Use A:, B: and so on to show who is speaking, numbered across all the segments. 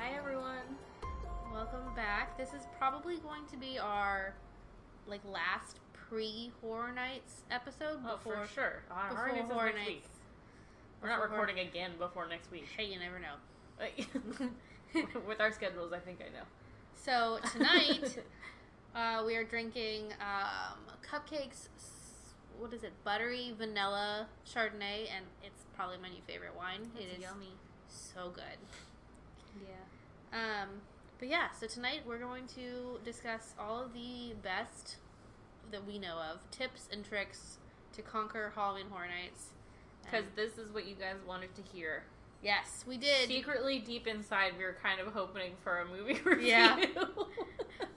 A: Hi everyone. Welcome back. This is probably going to be our like last pre horror nights episode
B: Oh,
A: before
B: for sure. Uh,
A: before
B: Horror Nights is
A: Horror
B: next week.
A: Nights.
B: We're not
A: Before-
B: recording again before next week.
A: Hey, you never know.
B: With our schedules, I think I know.
A: So tonight uh, we are drinking um, cupcakes. s- What is it? Buttery vanilla Chardonnay, and it's probably my new favorite wine. It is so good.
B: Yeah.
A: Um, but yeah, so tonight we're going to discuss all of the best that we know of tips and tricks to conquer Halloween Horror Nights.
B: Because
A: And-
B: this is what you guys wanted to hear.
A: yes, we did.
B: Secretly deep inside, we were kind of hoping for a movie review.
A: Yeah.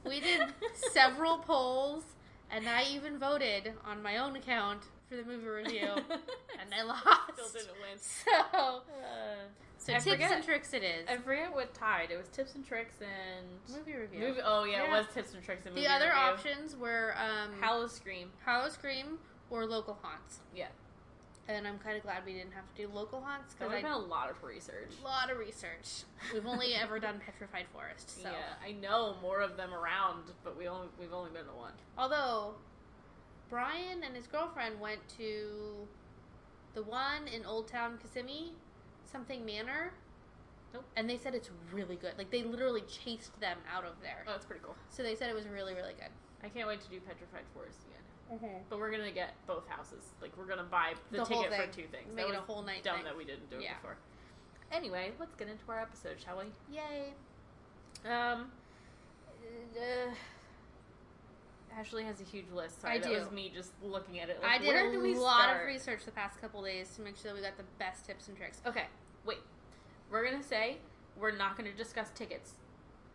A: we did several polls, and I even voted on my own account for the movie review, and I
B: Still
A: lost.
B: didn't win.
A: So,
B: Uh,
A: so
B: I
A: tips and
B: forget-
A: tricks it is.
B: I forget what tied. It was tips and tricks and
A: movie review.
B: movie. Oh yeah, it
A: Yeah.
B: was tips and tricks and movie
A: the other
B: review.
A: options were um,
B: Howl scream.
A: Hallow Scream or local haunts.
B: Yeah,
A: And I'm kind of glad we didn't have to do local haunts because
B: that would
A: I
B: have been
A: did
B: a lot of research.
A: a lot of research. We've only ever done Petrified Forest, so
B: Yeah, I know more of them around, but we only we've only been to one.
A: although Brian and his girlfriend went to the one in Old Town Kissimmee, something Manor.
B: Nope.
A: And they said it's really good. Like they literally chased them out of there.
B: Oh, that's pretty cool.
A: So they said it was really, really good.
B: I can't wait to do Petrified Forest again.
A: Okay.
B: But we're gonna get both houses. Like we're gonna buy the,
A: The whole
B: ticket for
A: thing.
B: two things.
A: Make
B: that
A: it
B: was
A: a whole night
B: dumb
A: thing.
B: that we didn't do it
A: Yeah.
B: before. Anyway, let's get into our episode, shall we?
A: Yay.
B: Um, uh, Ashley has a huge list. Sorry,
A: I
B: that
A: do.
B: was me just looking at it. Like,
A: I did
B: where
A: a
B: do we
A: lot
B: start?
A: of research the past couple days to make sure that we got the best tips and tricks.
B: Okay, wait. We're gonna say we're not gonna discuss tickets.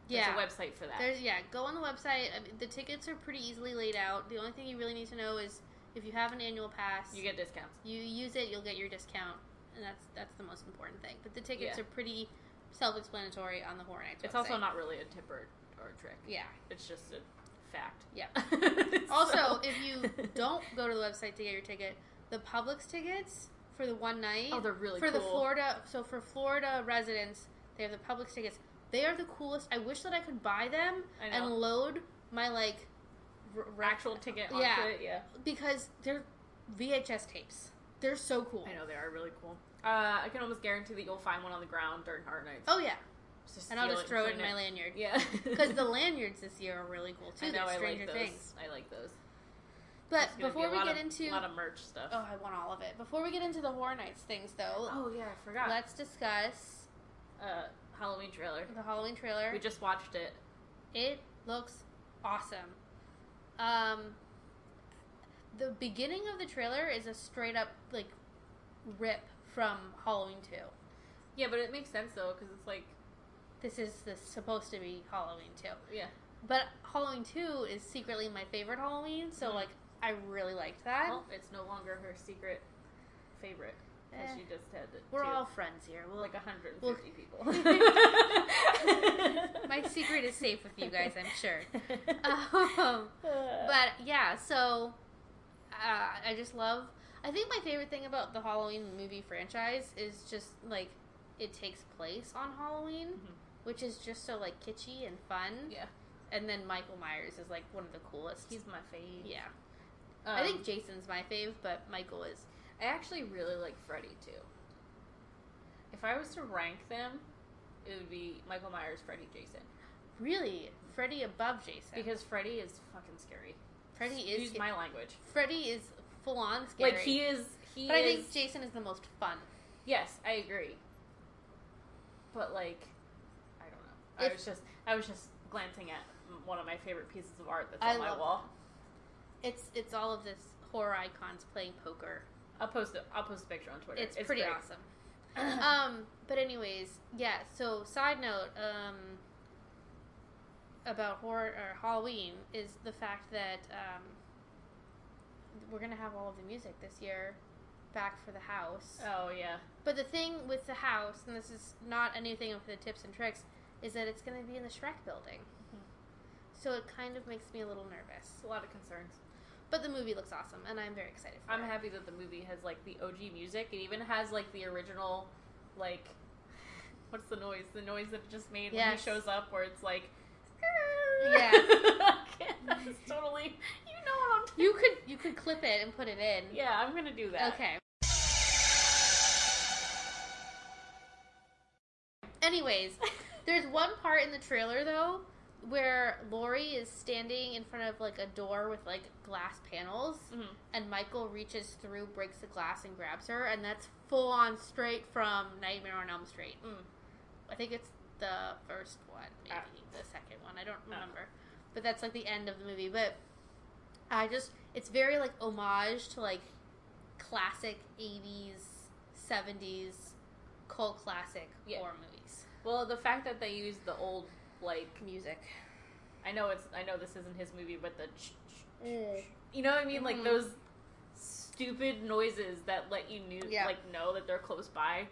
A: Yeah.
B: There's a website for that.
A: There's yeah, go on the website. I mean, the tickets are pretty easily laid out. The only thing you really need to know is if you have an annual pass,
B: You get discounts.
A: you use it, you'll get your discount, and that's that's the most important thing. But the tickets
B: Yeah.
A: are pretty self-explanatory on the Horror Nights.
B: It's
A: website.
B: also not really a tip or, or a trick.
A: yeah.
B: It's just a fact.
A: Yeah.
B: So-
A: Also, if you don't go to the website to get your ticket, the Publix tickets for the one night
B: oh, they're really
A: for
B: cool.
A: the Florida. So for Florida residents, they have the Publix tickets. They are the coolest. I wish that I could buy them
B: I know.
A: and load my like r- rack
B: actual ticket. Onto
A: Yeah.
B: It, yeah.
A: because they're VHS tapes. They're so cool.
B: I know they are really cool. Uh, I can almost guarantee that you'll find one on the ground during Hard Nights.
A: Oh yeah,
B: Just
A: and I'll
B: steal
A: just throw it in
B: clean
A: my lanyard
B: Yeah.
A: because the lanyards this year are really cool too.
B: I know
A: they're
B: I
A: Stranger
B: like those.
A: Things.
B: I like those.
A: But
B: It's gonna be
A: before
B: a
A: we
B: lot
A: get
B: of-
A: into
B: a lot of merch stuff.
A: oh, I want all of it. Before we get into the Horror Nights things though,
B: Oh, yeah, I forgot.
A: let's discuss
B: uh, Halloween trailer.
A: the Halloween trailer.
B: We just watched it.
A: It looks awesome. Um, the beginning of the trailer is a straight up like rip from Halloween Two.
B: Yeah, but it makes sense though because it's like
A: This is the, supposed to be Halloween Two.
B: yeah.
A: But Halloween 2 is secretly my favorite Halloween, so
B: Mhm.
A: like I really liked that.
B: Well, it's no longer her secret favorite because
A: Eh.
B: she just had it.
A: We're
B: too.
A: all friends here. We'll,
B: like 150 people.
A: my secret is safe with you guys, I'm sure. Um,
B: but
A: but yeah, so uh, I just love. I think my favorite thing about the Halloween movie franchise is just like it takes place on Halloween,
B: Mhm.
A: which is just so like kitschy and fun.
B: yeah,
A: And then Michael Myers is like one of the coolest.
B: he's my fave.
A: yeah,
B: Um,
A: I think Jason's my fave, but Michael is
B: I actually really like Freddy too. If I was to rank them, it would be Michael Myers, Freddy, Jason,
A: Really, Freddy above Jason.
B: because Freddy is fucking scary.
A: Freddy is
B: Use
A: sca-
B: my language.
A: Freddy is full on scary.
B: Like he is. He
A: but I
B: is.
A: think Jason is the most fun.
B: Yes, I agree. But like, I don't know.
A: If-
B: I was just I was just glancing at m- one of my favorite pieces of art that's
A: I
B: on my
A: love
B: wall.
A: It's it's all of this horror icons playing poker.
B: I'll post it. I'll post a picture on Twitter.
A: It's, pretty
B: great.
A: awesome. um, but anyways, yeah. So side note um, about horror or Halloween is the fact that um, we're gonna have all of the music this year back for the house.
B: oh yeah.
A: But the thing with the house, and this is not a new thing for the tips and tricks, is that it's going to be in the Shrek building.
B: Mhm.
A: So it kind of makes me a little nervous.
B: It's a lot of concerns.
A: But the movie looks awesome, and I'm very excited for
B: I'm
A: it.
B: happy that the movie has like the OG music. It even has like the original, like what's the noise? The noise that it just made when he
A: Yes.
B: shows up, where it's like,
A: Yeah.
B: that's totally. You know what I'm talking.
A: You could you could clip it and put it in.
B: Yeah, I'm gonna do that.
A: Okay. Anyways, there's one part in the trailer though where Lori is standing in front of like a door with like glass panels
B: Mhm.
A: and Michael reaches through, breaks the glass and grabs her and that's full on straight from Nightmare on Elm Street.
B: Mm.
A: I think it's the first one, maybe
B: Ah.
A: the second one. I don't remember. But that's like the end of the movie. But I just it's very like homage to like classic eighties, seventies, cult classic
B: Yeah.
A: horror movies.
B: Well, the fact that they used the old like,
A: Music.
B: I know it's, I know this isn't his movie, but the, ch- ch-
A: Mm.
B: you know what I mean, like
A: Mhm.
B: those stupid noises that let you knew,
A: Yeah.
B: like know that they're close by.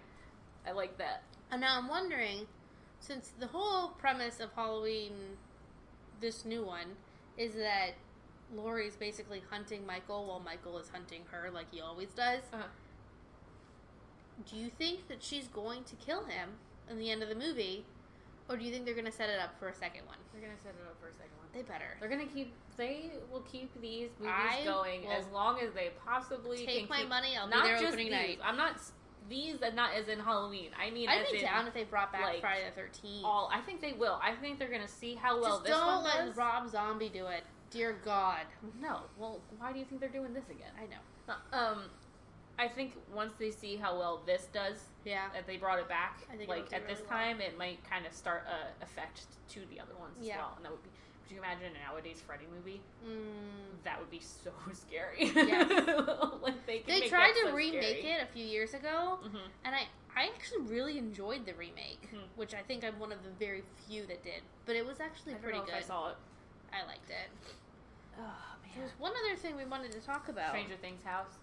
B: I like that.
A: And now I'm wondering, since the whole premise of Halloween, this new one, is that Laurie's basically hunting Michael while Michael is hunting her like he always does.
B: Uh-huh.
A: Do you think that she's going to kill him in the end of the movie, or do you think they're going to set it up for a second one?
B: They're gonna set it up for a second one.
A: They better.
B: They're gonna keep. They will keep these movies
A: I
B: going
A: will
B: as long as they possibly can
A: Take my
B: keep-
A: money. I'll be
B: not
A: there
B: just
A: opening
B: these.
A: night.
B: I'm not s- these, and not as in Halloween. I mean,
A: I'd
B: as
A: be
B: in
A: down if they brought back
B: like,
A: Friday the Thirteenth.
B: all. I think they will. I think they're gonna see how well
A: Just
B: this
A: don't
B: one
A: let
B: was.
A: Rob Zombie do it. Dear God,
B: no. Well, why do you think they're doing this again?
A: I know.
B: Um, I think once they see how well this does,
A: Yeah,
B: that they brought it back,
A: I think it'll
B: like
A: do
B: at this
A: really well.
B: time, it might kind of start a effect to the other ones as
A: Yeah.
B: well, and that would be. Could you imagine a nowadays Freddy movie?
A: mm.
B: That would be so scary.
A: Yes.
B: like they, could
A: they
B: make
A: tried
B: that
A: to
B: so
A: remake
B: scary.
A: it a few years ago,
B: Mhm.
A: and I I actually really enjoyed the remake,
B: Mhm.
A: which I think I'm one of the very few that did. But it was
B: I
A: actually
B: don't
A: pretty
B: know
A: good.
B: if I saw it.
A: I liked it.
B: Oh
A: There was one other thing we wanted to talk about.
B: Stranger Things house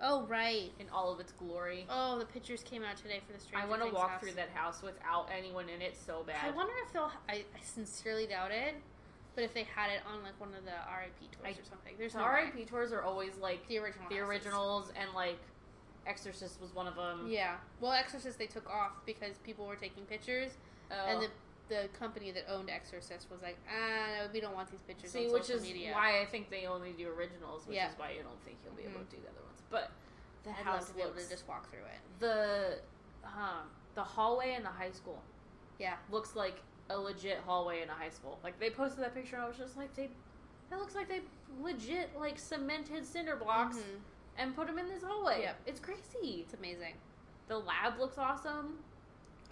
A: Oh right.
B: in all of its glory.
A: Oh, the pictures came out today for the Stranger
B: I want to
A: Things
B: walk
A: house.
B: through that house without anyone in it so bad.
A: I wonder if they'll. I, I sincerely doubt it, but if they had it on like one of the RIP tours
B: I-
A: or something, there's
B: So
A: no way.
B: R.I.P. tours are always like
A: The original.
B: the
A: houses.
B: originals and like Exorcist was one of them.
A: Yeah. Well, Exorcist they took off because people were taking pictures,
B: Oh.
A: and the the company that owned Exorcist was like, ah, no, we don't want these pictures
B: See,
A: on
B: which
A: social
B: is
A: media.
B: why I think they only do originals, which
A: Yeah.
B: is why you don't think you'll be able
A: Mhm.
B: to do the other ones. But the
A: I'd
B: house
A: love to be able
B: looks-
A: to just walk through it.
B: the um, the hallway in the high school
A: Yeah.
B: looks like a legit hallway in a high school. Like they posted that picture, and I was just like, they that looks like they legit like cemented cinder blocks
A: Mhm.
B: and put them in this hallway.
A: Yep.
B: It's crazy.
A: It's amazing.
B: The lab looks awesome.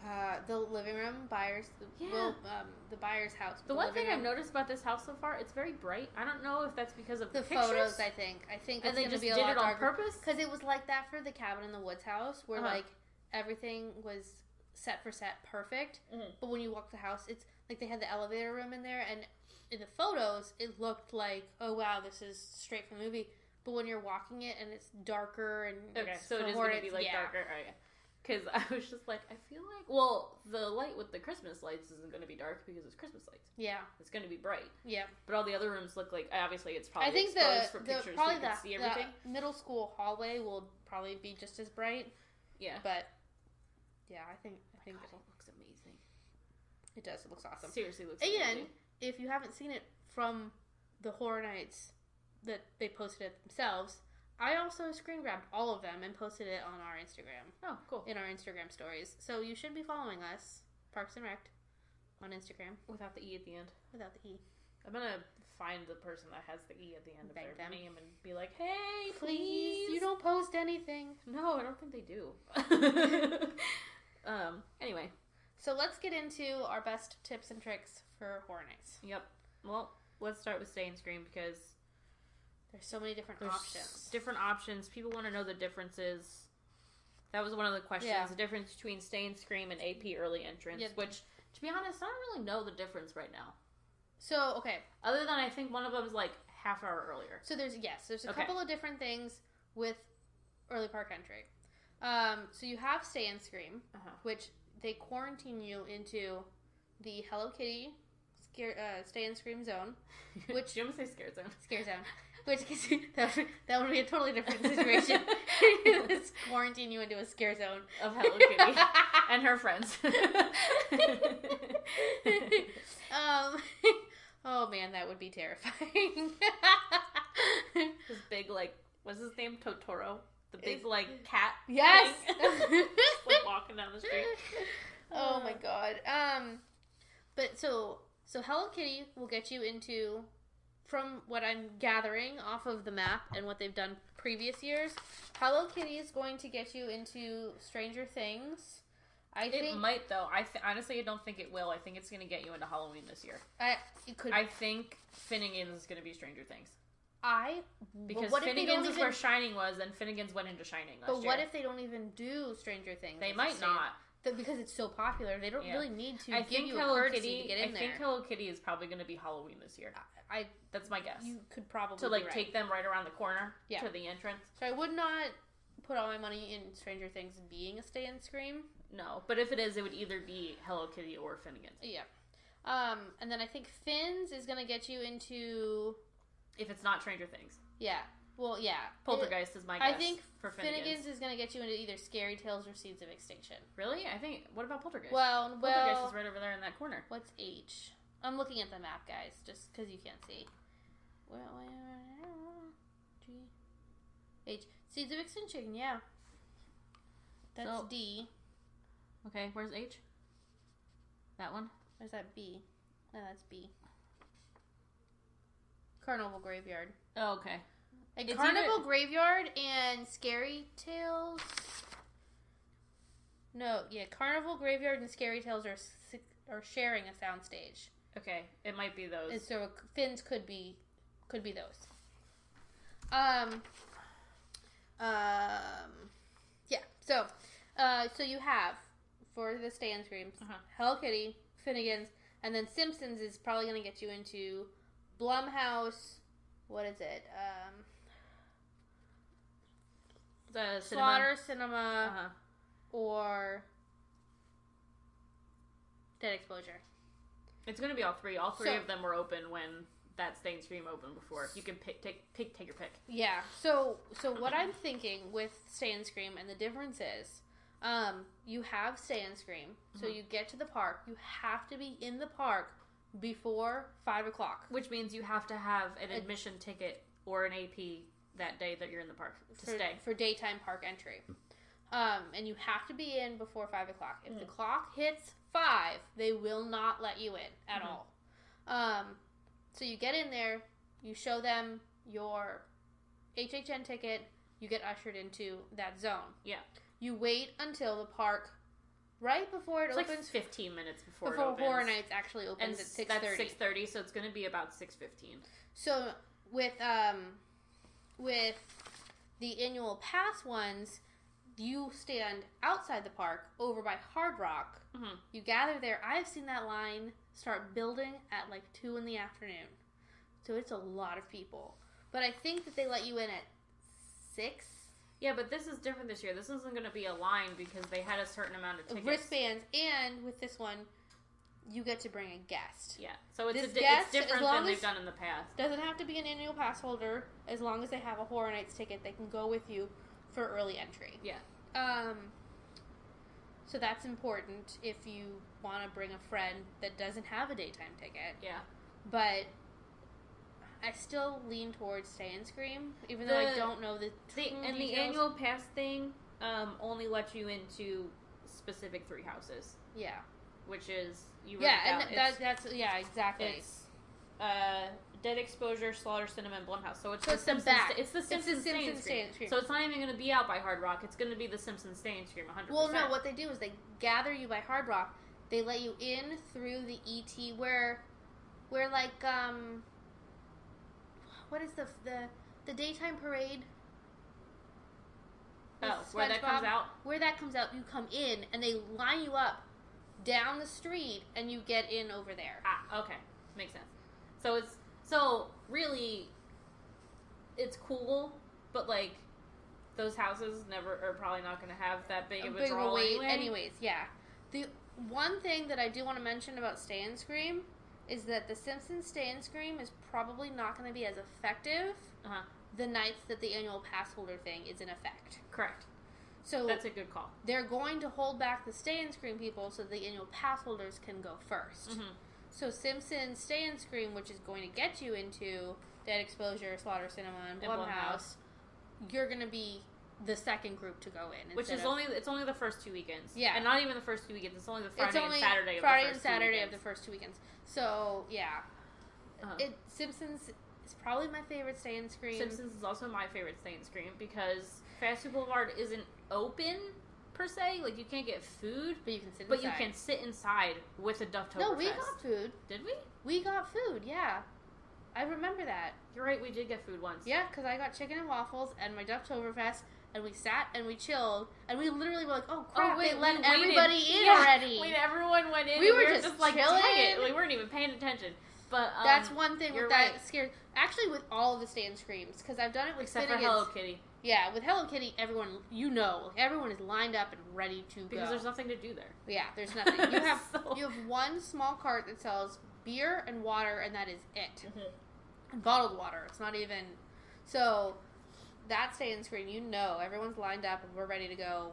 A: Uh, the living room buyers, the,
B: Yeah.
A: will, um, the buyer's house.
B: The one
A: living
B: thing I've
A: room-
B: noticed about this house so far, it's very bright. I don't know if that's because of the,
A: the
B: pictures
A: photos. I think. I think
B: and
A: it's
B: they
A: going to
B: just
A: be
B: did
A: a lot
B: it on
A: darker.
B: purpose.
A: Because it was like that for the cabin in the woods house, where
B: Uh-huh.
A: like everything was set for set perfect.
B: Mhm.
A: But when you walk the house, it's like they had the elevator room in there, and in the photos, it looked like oh wow, this is straight from the movie. But when you're walking it and it's darker and
B: Okay,
A: it's
B: so it is going to
A: cohorted,
B: be like
A: yeah.
B: darker. Oh, yeah. Because I was just like, I feel like, well, the light with the Christmas lights isn't going to be dark because it's Christmas lights.
A: Yeah,
B: It's going to be bright.
A: yeah.
B: But all the other rooms look like obviously it's probably
A: I think
B: exposed
A: the,
B: for
A: the
B: pictures
A: probably
B: so you
A: the,
B: can see everything.
A: the middle school hallway will probably be just as bright,
B: yeah.
A: but yeah, I think I think
B: God, it looks amazing.
A: it, it does. It looks awesome.
B: Seriously, looks
A: And
B: amazing.
A: if you haven't seen it from the Horror Nights that they posted it themselves, I also screen grabbed all of them and posted it on our Instagram
B: Oh, cool.
A: in our Instagram stories. So you should be following us, Parks and Rec, on Instagram
B: Without the E at the end.
A: without the e.
B: I'm going to find the person that has the E at the end of
A: Thank
B: their
A: them.
B: name and be like, hey,
A: Please, you don't post anything.
B: No, I don't think they do. um. Anyway,
A: So let's get into our best tips and tricks for Horror Nights.
B: yep. Well, let's start with Stay and Scream because
A: There's so many different
B: There's
A: options.
B: Different options. People want to know the differences. That was one of the questions.
A: Yeah.
B: The difference between stay and scream and AP early entrance,
A: Yeah.
B: which, to be honest, I don't really know the difference right now.
A: So okay,
B: Other than I think one of them is like half hour earlier.
A: So there's yes, there's a
B: Okay.
A: couple of different things with early park entry. Um, so you have stay and scream,
B: Uh-huh.
A: which they quarantine you into the Hello Kitty scare, uh, stay and scream zone, Which-
B: Which you almost say scare zone.
A: scare zone. Which gives you- that would, that would be a totally different situation. It's quarantine you into a scare zone
B: of Hello Kitty. and and her friends.
A: um, oh man, that would be terrifying.
B: This big like what's his name? Totoro. The big like cat.
A: yes.
B: thing. Just, like walking down the street.
A: oh my god. Um, but so so Hello Kitty will get you into, from what I'm gathering off of the map and what they've done previous years, Hello Kitty is going to get you into Stranger Things. I
B: It
A: think
B: might though. I th- honestly I don't think it will. I think it's gonna get you into Halloween this year.
A: I, it could.
B: I think Finnegan's is gonna be Stranger Things
A: I
B: because
A: but what if they don't
B: Finnegan's is
A: even,
B: where Shining was, and Finnegan's went into Shining last
A: But what
B: year.
A: if they don't even do Stranger Things?
B: they
A: as a
B: might
A: stand-
B: not?
A: Th- because it's so popular. They don't
B: Yeah.
A: really need to
B: I
A: give
B: think
A: you a
B: Hello
A: courtesy
B: Kitty.
A: to get
B: I
A: in there.
B: think Hello Kitty is probably gonna be Halloween this year.
A: I
B: That's my guess.
A: you could probably
B: to like
A: be right.
B: take them right around the corner
A: Yeah.
B: to the entrance.
A: So I would not put all my money in Stranger Things being a stay and scream.
B: No, but if it is, it would either be Hello Kitty or Finnegan's.
A: Yeah. Um, and then I think Finn's is gonna get you into
B: If it's not Stranger Things,
A: yeah. Well, yeah.
B: Poltergeist is my
A: I
B: guess.
A: think
B: for Finnegan's.
A: Finnegan's. is gonna get you into either Scary Tales or Seeds of Extinction.
B: Really? I think. What about Poltergeist?
A: Well,
B: Poltergeist
A: well,
B: is right over there in that corner.
A: What's H? I'm looking at the map, guys, just because you can't see. Where, where, G, H. Seeds of Extinction, yeah. That's
B: So-
A: D.
B: Okay, where's H? That one.
A: Or is that B? No, that's B. Carnival Graveyard.
B: Oh, okay.
A: Like
B: It's
A: Carnival
B: either-
A: Graveyard and Scary Tales. No, yeah, Carnival Graveyard and Scary Tales are si- are sharing a soundstage.
B: Okay, it might be those.
A: And so fins could be could be those. Um um yeah. So uh so you have for the stand screams,
B: Uh-huh.
A: Hello Kitty, Finnegan's, and then Simpsons is probably gonna get you into Blumhouse, what is it? Um
B: the
A: Slaughter
B: cinema.
A: Cinema
B: Uh-huh.
A: or Dead Exposure.
B: It's gonna be all three. All three
A: So-
B: of them were open when that stained stream opened before. You can pick, take, pick, take your pick.
A: Yeah. So so what I'm thinking with Stay and Scream and the difference is, um, you have Stay and Scream, so you get to the park. You have to be in the park before five o'clock.
B: Which means you have to have an
A: Ad-
B: admission ticket or an AP that day that you're in the park to
A: for,
B: stay.
A: for daytime park entry. Um, and you have to be in before five o'clock. If
B: Hmm.
A: the clock hits five, they will not let you in at
B: Mhm.
A: all. Um, so you get in there, you show them your HHN ticket, you get ushered into that zone.
B: Yeah.
A: You wait until the park, right before it
B: It's like
A: opens,
B: 15 minutes before,
A: before
B: it opens.
A: Horror Nights actually opens
B: and
A: at
B: s-
A: six
B: that's
A: thirty.
B: 6:30, so it's going to be about 6:15.
A: So with um with the annual pass ones, you stand outside the park over by Hard Rock.
B: Mhm.
A: You gather there. I've seen that line start building at like two in the afternoon, so it's a lot of people. But I think that they let you in at six.
B: Yeah, but this is different this year. This isn't going to be a line because they had a certain amount of tickets.
A: Wristbands, and with this one, you get to bring a guest.
B: Yeah, so it's, a
A: This
B: di-
A: guest,
B: it's
A: as
B: different
A: long
B: than they've
A: as-
B: done in the past.
A: Doesn't have to be an annual pass holder. As long as they have a Horror Nights ticket, they can go with you for early entry.
B: Yeah,
A: Um, so that's important if you want to bring a friend that doesn't have a daytime ticket.
B: yeah.
A: But I still lean towards Stay and Scream, even though I
B: The-
A: don't know the
B: The,
A: true
B: and the
A: details.
B: annual pass thing um, only lets you into specific three houses,
A: yeah
B: which is you. wrote
A: yeah
B: it down.
A: and that,
B: It's-
A: that's yeah exactly
B: it's uh, Dead Exposure, Slaughter Cinema, and Blumhouse. So it's
A: So
B: the
A: it's the
B: Simpsons.
A: back.
B: It's the
A: It's the
B: Simpsons, Stain
A: Simpsons
B: Scream.
A: Stain Scream.
B: So it's not even going to be out by Hard Rock. It's going to be the Simpsons Stain Scream. 100.
A: well no what they do is they gather you by Hard Rock they let you in through the ET where where like um what is the the the daytime parade
B: Oh, where that
A: SpongeBob?
B: comes out.
A: where that comes out, you come in and they line you up down the street and you get in over there.
B: Ah, okay, makes sense. So it's so really, it's cool, but like those houses never are probably not going to have that big of a
A: Big
B: draw
A: wait-
B: anyway.
A: Anyways, yeah. The one thing that I do want to mention about Stay and Scream is that the Simpsons Stay and Scream is probably not going to be as effective
B: Uh-huh.
A: the nights that the annual pass holder thing is in effect.
B: Correct.
A: So
B: That's a good call.
A: they're going to hold back the stay and screen people so the annual pass holders can go 1st
B: Mhm.
A: So Simpson stay and screen, which is going to get you into Dead Exposure, Slaughter Cinema, and
B: And
A: Blumhouse, you're going to be the second group to go in,
B: Which
A: instead
B: is
A: of-
B: only it's only the first two weekends.
A: Yeah.
B: and not even the first two weekends. It's only the Friday
A: it's only
B: and Saturday.
A: Friday
B: of the
A: and
B: first
A: Saturday
B: two
A: of the first two weekends. So yeah,
B: Uh-huh.
A: it Simpsons is probably my favorite stay and screen.
B: Simpsons is also my favorite stay and scream because Fast Food Boulevard isn't open per se. Like you can't get food,
A: but you can sit.
B: but you
A: inside.
B: can sit inside with a Dufftoberfest.
A: No, we got food.
B: Did we?
A: We got food. Yeah, I remember that.
B: You're right. We did get food once.
A: Yeah, because I got chicken and waffles and my Ducktoberfest, and we sat and we chilled, and we literally were like, "Oh crap,
B: wait,
A: they let
B: we waited.
A: everybody in
B: Yeah,
A: already."
B: When everyone went in,
A: We were just
B: like, dang it,
A: chilling.
B: we weren't even paying attention. But um,
A: That's one thing
B: you're
A: with that
B: right.
A: scared. Actually, with all of the stand screams, because I've done it with
B: except for
A: Finnegan's-
B: Hello Kitty
A: Yeah, with Hello Kitty, everyone you know, like, everyone is lined up and ready to
B: because
A: go.
B: there's nothing to do there.
A: yeah, there's nothing. You have
B: So-
A: you have one small cart that sells beer and water, and that is it. And bottled water. It's not even so. That stay and screen, you know, everyone's lined up and we're ready to go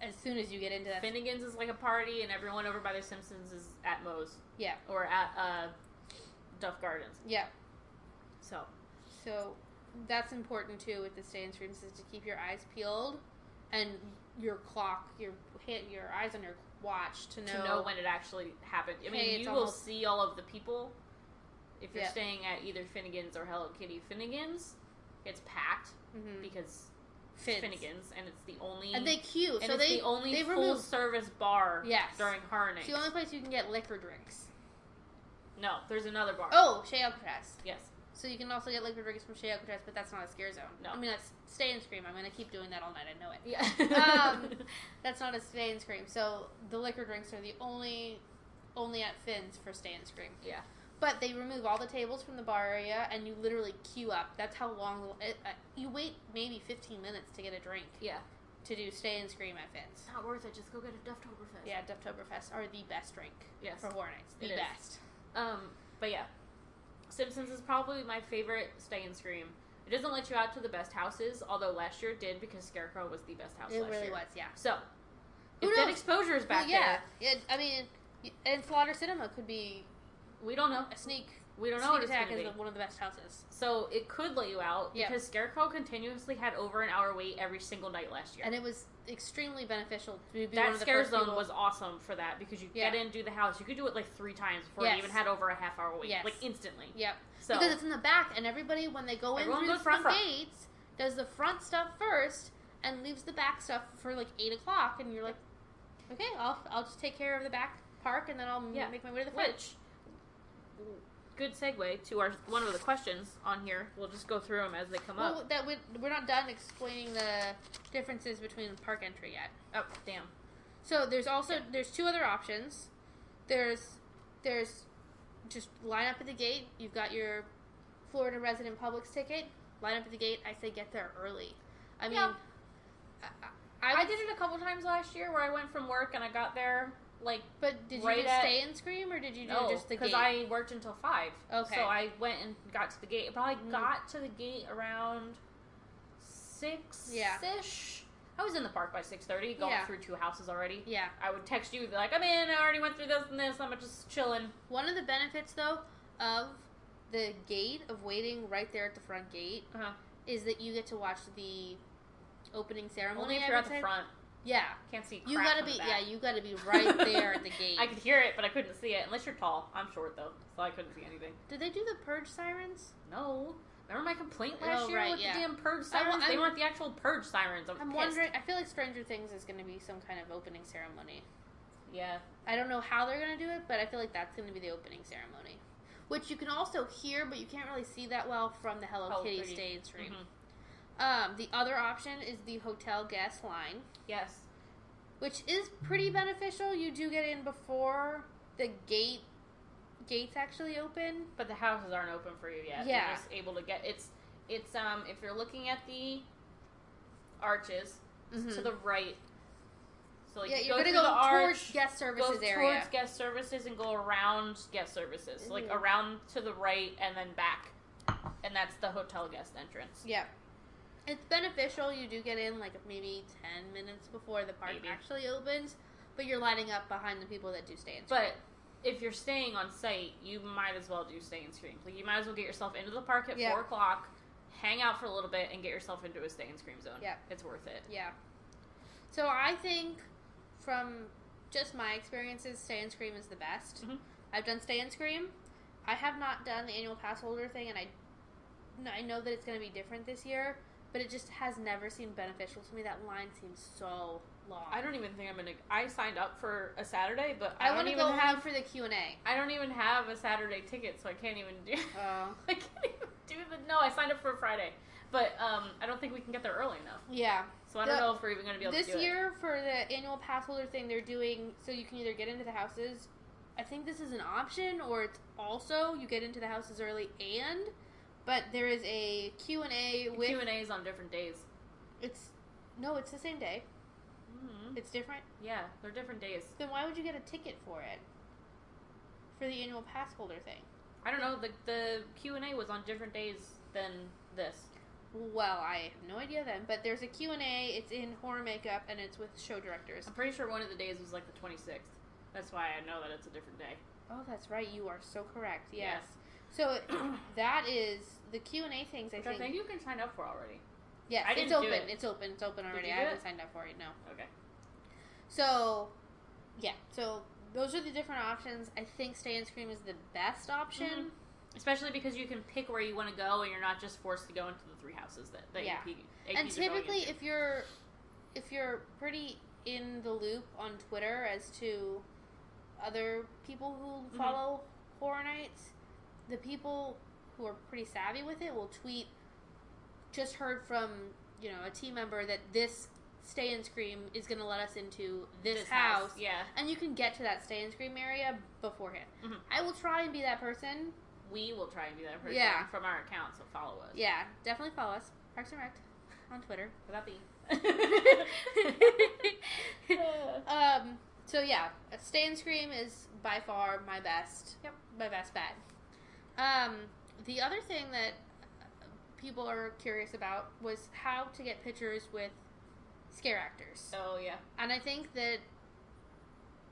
A: as soon as you get into that.
B: Finnegan's is like a party, and everyone over by the Simpsons is at Moe's
A: yeah,
B: or at uh, Duff Gardens.
A: yeah.
B: So
A: So that's important too with the stay and screams is to keep your eyes peeled and your clock, your hand, your eyes on your watch to know
B: to know when it actually happened. I mean,
A: Hey, it's
B: you will
A: almost-
B: see all of the people if you're
A: Yeah.
B: staying at either Finnegan's or Hello Kitty. Finnegan's gets packed
A: Mhm.
B: because it's
A: Fins.
B: Finnegan's, and it's the only
A: And they queue,
B: and
A: so
B: it's
A: they
B: the only
A: they
B: full
A: remove.
B: service bar
A: Yes.
B: during Harness.
A: It's the only place you can get liquor drinks.
B: No, there's another bar.
A: Oh, Shea Alcatraz.
B: Yes.
A: So you can also get liquor drinks from Shea Alcatraz, but that's not a scare zone.
B: No.
A: I mean that's stay and scream. I'm gonna keep doing that all night. I know it.
B: Yeah.
A: Um, That's not a stay and scream. So the liquor drinks are the only, only at Finn's for stay and scream.
B: yeah.
A: But they remove all the tables from the bar area, and you literally queue up. That's how long it, uh, you wait. Maybe 15 minutes to get a drink
B: Yeah.
A: to do stay and scream at Finn's.
B: It's not worth it. Just go get a Dufftoberfest.
A: Yeah, Ducktoberfest are the best drink
B: Yes.
A: for Horror Nights. The
B: It is.
A: best.
B: Um, but yeah, Simpsons is probably my favorite stay and scream. It doesn't let you out to the best houses, although last year it did because Scarecrow was the best house
A: It
B: last
A: really
B: year.
A: was. Yeah.
B: So,
A: Who
B: if that
A: knows?
B: exposure is back
A: Well, yeah, it, I mean, y- and Slaughter Cinema could be
B: there, we don't know.
A: a sneak.
B: We Oh, don't know
A: sneak
B: what it's
A: attack
B: going
A: is
B: to be.
A: the- one of the best houses,
B: So it could let you out
A: Yeah.
B: because Scarecrow continuously had over an hour wait every single night last year.
A: and it was extremely beneficial to be one
B: that
A: of the
B: scare
A: first
B: zone
A: people-
B: was awesome for that because you
A: Yeah.
B: get in, do the house. You could do it like three times before
A: Yes.
B: you even had over a half hour wait,
A: Yes.
B: like instantly.
A: Yep,
B: So
A: because it's in the back, and everybody when they go in
B: Everyone
A: through
B: goes
A: the front,
B: front.
A: gates does the front stuff first and leaves the back stuff for like eight o'clock, and you're like, okay, I'll I'll just take care of the back park, and then I'll m-
B: Yeah.
A: make my way to the front.
B: Which, good segue to our one of the questions on here. We'll just go through them as they come
A: Well,
B: up.
A: that we, we're not done explaining the differences between park entry yet.
B: Oh, damn.
A: So there's also there's two other options. There's there's just line up at the gate. You've got your Florida resident Publix ticket. Line up at the gate. I say get there early. I mean,
B: Yeah.
A: I, I,
B: I
A: would-
B: did it a couple times last year where I went from work and I got there like
A: But did you
B: right
A: just
B: at-
A: stay and scream, or did you do
B: no
A: just the
B: because
A: gate?
B: I worked until five.
A: Okay.
B: So I went and got to the gate. I probably
A: Mm.
B: got to the gate around six
A: Yeah.
B: ish. I was in the park by six thirty. Going
A: Yeah.
B: through two houses already.
A: yeah.
B: I would text you be like, I'm in. I already went through this and this. I'm just chilling.
A: One of the benefits though of the gate of waiting right there at the front gate
B: Uh-huh.
A: is that you get to watch the opening ceremony.
B: Only if
A: I
B: you're
A: would
B: at the
A: say.
B: front.
A: Yeah.
B: Can't see.
A: You
B: crap
A: gotta
B: from the
A: be
B: back.
A: yeah, you gotta be right there at the gate.
B: I could hear it, but I couldn't see it. Unless you're tall. I'm short though, so I couldn't see anything.
A: Did they do the purge sirens?
B: No. Remember my complaint last
A: Oh,
B: year
A: right,
B: with
A: yeah.
B: the damn purge
A: I wa-
B: sirens? they
A: I'm-
B: weren't the actual purge sirens. I'm,
A: I'm
B: pissed.
A: wondering. I feel like Stranger Things is going to be some kind of opening ceremony.
B: Yeah.
A: I don't know how they're going to do it, but I feel like that's going to be the opening ceremony, which you can also hear, but you can't really see that well from the Hello
B: Hello
A: Kitty
B: Kitty.
A: stage stream.
B: Mhm.
A: Um, the other option is the hotel guest line,
B: Yes.
A: which is pretty beneficial. You do get in before the gate gates actually open.
B: But the houses aren't open for you yet.
A: Yeah.
B: You're just able to get it's it's um if you're looking at the arches it's to
A: Mhm.
B: the right. So Mm-hmm. like
A: yeah,
B: you
A: you're gonna
B: go through
A: go
B: the
A: towards
B: arch,
A: guest
B: go
A: services
B: towards
A: area.
B: guest services and go around guest services. So, Like
A: Mhm.
B: around to the right and then back. And that's the hotel guest entrance.
A: Yeah. It's beneficial. You do get in like maybe 10 minutes before the park
B: Maybe.
A: actually opens, but you're lining up behind the people that do stay in
B: But if you're staying on site, you might as well do stay and scream. Like you might as well get yourself into the park at
A: Yeah.
B: four o'clock, hang out for a little bit, and get yourself into a stay and scream zone.
A: Yeah.
B: it's worth it.
A: Yeah. So I think from just my experiences, Stay and Scream is the best.
B: Mhm.
A: I've done Stay and Scream. I have not done the annual pass holder thing, and I, no, I know that it's going to be different this year, but it just has never seemed beneficial to me. That line seems so long.
B: I don't even think I'm gonna. I signed up for a Saturday, but I,
A: I,
B: don't
A: want to
B: even
A: go
B: have.
A: have for the Q and A.
B: I don't even have a Saturday ticket, so I can't even do.
A: Oh.
B: I can't even do the. No, I signed up for a Friday, but um, I don't think we can get there early enough.
A: Yeah.
B: So I don't
A: The-
B: know if we're even gonna be able
A: This
B: to do it.
A: year for the annual pass holder thing, they're doing so you can either get into the houses. I think this is an option, or it's also you get into the houses early and. But there is a Q and A
B: The
A: with
B: Q and A's on different days.
A: it's no, it's the same day.
B: Mhm.
A: It's different.
B: Yeah, they're different days.
A: Then why would you get a ticket for it? For the annual pass holder thing.
B: I don't know. The the Q and A was on different days than this.
A: Well, I have no idea then. But there's a Q and A. It's in horror makeup and it's with show directors.
B: I'm pretty sure one of the days was like the 26th. That's why I know that it's a different day.
A: Oh, that's right. You are so correct. Yes.
B: Yes.
A: So that is the Q and A things. I
B: Which
A: think.
B: I think you can sign up for already.
A: Yes,
B: I
A: it's
B: didn't do
A: open.
B: it.
A: It's open. It's open already.
B: you
A: I
B: do
A: haven't
B: it?
A: signed up for it. No.
B: Okay.
A: So, yeah. So those are the different options. I think Stay and Scream is the best option.
B: Mm-hmm. Especially because you can pick where you want to go, and you're not just forced to go into the three houses that that
A: Yeah.
B: you
A: and typically if you're if you're pretty in the loop on twitter as to other people who
B: Mhm.
A: follow horror nights the people who are pretty savvy with it will tweet just heard from you know a team member that this stay and scream is going to let us into this, house,
B: yeah,
A: and you can get to that stay and scream area beforehand
B: Mhm.
A: i will try and be that person
B: we will try and be that person
A: Yeah.
B: from our account. So follow us.
A: yeah definitely follow us parks and rec on twitter
B: Without the.
A: Um. So yeah, Stay and Scream is by far my best.
B: Yep.
A: My best bet. Um. The other thing that uh, people are curious about was how to get pictures with scare actors,
B: oh yeah.
A: and I think that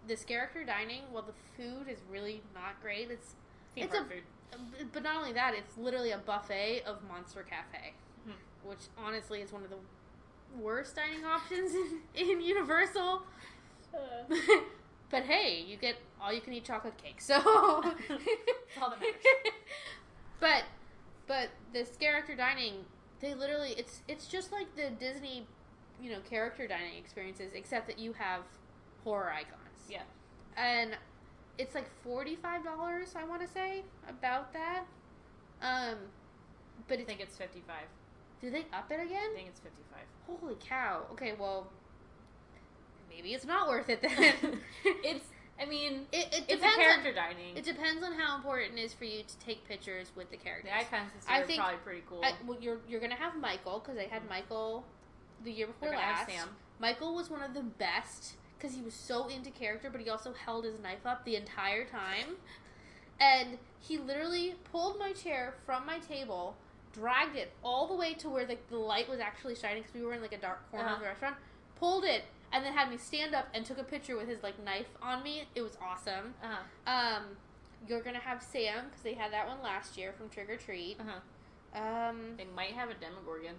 A: the scare actor dining, well, the food is really not great. It's
B: Theme
A: It's
B: park
A: a-
B: food.
A: but not only that, it's literally a buffet of Monster Cafe,
B: Mhm.
A: which honestly is one of the worst dining options in, in Universal. Uh. but hey, you get all you can eat chocolate cake. So
B: all that matters.
A: But but this character dining, they literally it's it's just like the Disney, you know, character dining experiences, except that you have horror icons.
B: Yeah.
A: And it's like forty five dollars, I wanna say, about that. Um but
B: I
A: it's,
B: think it's 55.
A: do they up it again?
B: I think it's 55.
A: Holy cow. Okay, well maybe it's not worth it then.
B: It's. I mean,
A: It, it
B: it's
A: depends
B: a character
A: On,
B: dining.
A: it depends on how important it is for you to take pictures with the characters.
B: the icons this
A: I
B: year are
A: think-
B: probably pretty cool.
A: I, well, you're you're gonna have Michael because I had Michael the year
B: They're
A: before
B: gonna have
A: last.
B: Sam.
A: Michael was one of the best because he was so into character, but he also held his knife up the entire time, and he literally pulled my chair from my table, dragged it all the way to where the, the light was actually shining because we were in like a dark corner of
B: Uh-huh.
A: the restaurant, pulled it. And then had me stand up and took a picture with his like knife on me. It was awesome.
B: Uh huh.
A: Um, you're gonna have Sam because they had that one last year from Trick or Treat.
B: Uh huh.
A: Um,
B: They might have a Demogorgon.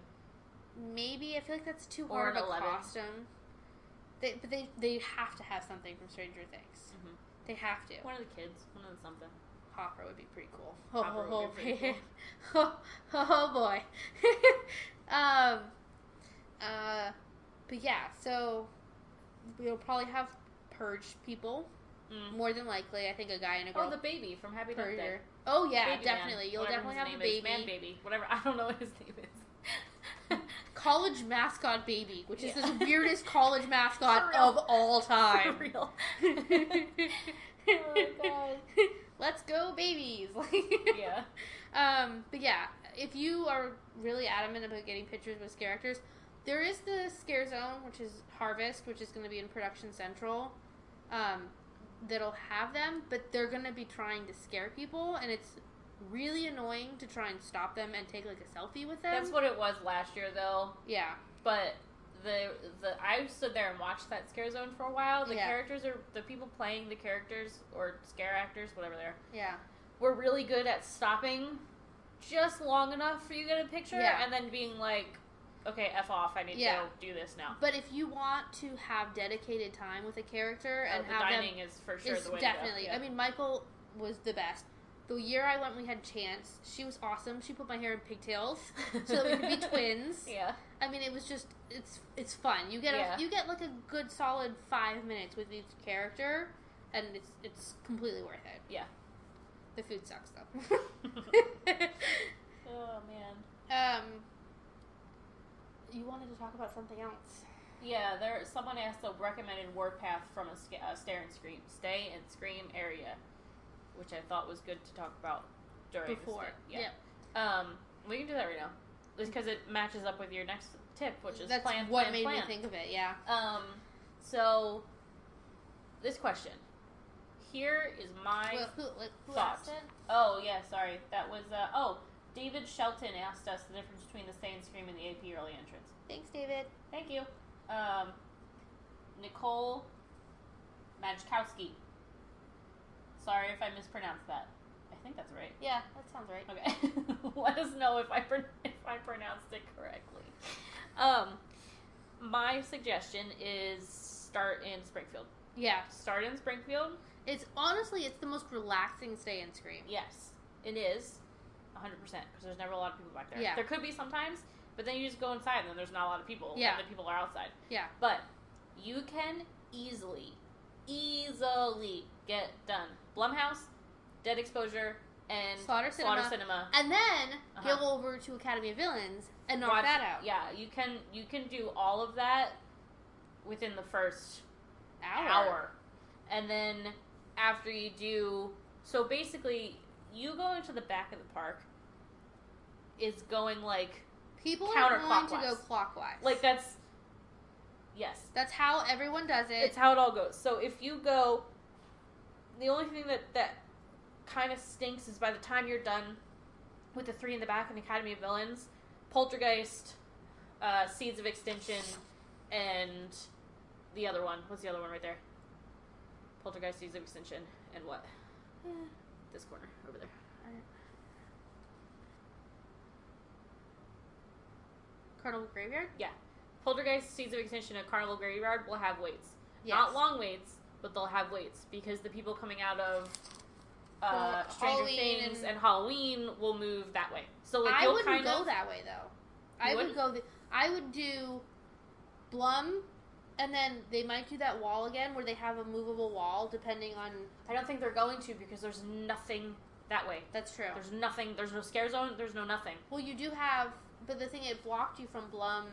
A: maybe I feel like that's too
B: Or
A: hard
B: an
A: of a
B: 11.
A: costume. They, but they they have to have something from Stranger Things.
B: Mhm.
A: They have to.
B: One of the kids. One of the something.
A: Hopper would be pretty cool.
B: Hopper
A: oh,
B: would be pretty
A: oh, oh, boy. um, uh, but yeah, so we'll probably have purge people
B: Mm.
A: more than likely. I think a guy and a girl.
B: Oh, the baby from Happy Death Day.
A: Purger. Oh yeah,
B: Baby Man,
A: definitely. You'll
B: whatever
A: definitely
B: his
A: have the
B: name
A: baby.
B: is. Man baby. Whatever. I don't know what his name is.
A: college mascot baby, which is
B: Yeah.
A: the weirdest college mascot
B: For real.
A: of all time. Oh,
B: For real. Oh God.
A: Let's go, babies! Like,
B: yeah.
A: Um, but yeah, if you are really adamant about getting pictures with scare actors, there is the Scare Zone, which is Harvest, which is going to be in Production Central. Um, that'll have them, but they're going to be trying to scare people, and it's really annoying to try and stop them and take like a selfie with them.
B: That's what it was last year, though.
A: yeah.
B: But the the I stood there and watched that scare zone for a while. The
A: Yeah.
B: characters are the people playing the characters or scare actors, whatever they are,
A: Yeah.
B: were really good at stopping just long enough for you to get a picture,
A: Yeah.
B: and then being like, "Okay, f off, I need
A: Yeah.
B: to go do this now."
A: But if you want to have dedicated time with a character
B: Oh,
A: and
B: the
A: have them
B: dining is for sure
A: is
B: the way
A: definitely.
B: to go. Yeah.
A: I mean, Michael was the best. The year I went, we had Chance. She was awesome. She put my hair in pigtails so that we could be twins.
B: yeah,
A: I mean, it was just it's it's fun. You get
B: Yeah.
A: a, you get like a good solid five minutes with each character, and it's it's completely worth it.
B: yeah.
A: The food sucks though.
B: Oh man.
A: um, you wanted to talk about something else.
B: Yeah, there. Someone asked the recommended word path from a, sca- a stare and scream, stay and scream area, which I thought was good to talk about during
A: Before.
B: The sta- yeah. Um, we can do that right now, just because it matches up with your next tip, which is
A: That's
B: plan.
A: what
B: plan,
A: made
B: plan.
A: me think of it. Yeah.
B: Um, so this question here is my.
A: Well, who, like, who
B: thought.
A: asked it?
B: Oh yeah, sorry. That was uh, oh David Shelton asked us the difference between the stay and scream and the AP early entrance.
A: Thanks, David.
B: Thank you. Um, Nicole Majkowski. Sorry if I mispronounced that. I think that's right.
A: Yeah, that sounds right.
B: Okay. Let us know if I pron- if I pronounced it correctly. Um, my suggestion is start in Springfield.
A: Yeah,
B: Start in Springfield.
A: it's honestly it's the most relaxing stay and scream.
B: Yes, it is. 100% because there's never a lot of people back there.
A: Yeah.
B: There could be sometimes, but then you just go inside and then there's not a lot of people.
A: Yeah.
B: And the people are outside.
A: Yeah.
B: But you can easily, easily get done. Blumhouse, Dead Exposure, and
A: Slaughter Cinema.
B: Slaughter Cinema.
A: And then
B: Uh-huh.
A: go over to Academy of Villains and knock
B: Watch-
A: that out.
B: Yeah, you can you can do all of that within the first
A: Hour.
B: And then after you do, so basically, you go into the back of the park is going like,
A: People are going to go
B: Counterclockwise.
A: clockwise.
B: like that's, yes,
A: That's how everyone does it.
B: it's how it all goes. So if you go, the only thing that that kind of stinks is by the time you're done with the three in the back and Academy of Villains, Poltergeist, uh, Seeds of Extinction, and the other one. What's the other one right there? Poltergeist, Seeds of Extinction, and what? This corner over there.
A: Carnival Graveyard?
B: Yeah. Poltergeist, Seeds of Extinction, and Carnival Graveyard will have weights.
A: Yes.
B: Not long waits, but they'll have weights because the people coming out of uh,
A: Well,
B: Stranger
A: Halloween
B: Things
A: and-
B: and, Halloween will move that way. So like
A: I
B: you'll
A: wouldn't
B: kind
A: go
B: of
A: that way though. I would
B: wouldn't?
A: go the, I would do Blum and then they might do that wall again where they have a movable wall depending on
B: I don't think they're going to because there's nothing that way.
A: that's true.
B: There's nothing. There's no scare zone. There's no nothing.
A: Well, you do have, but the thing it blocked you from Blum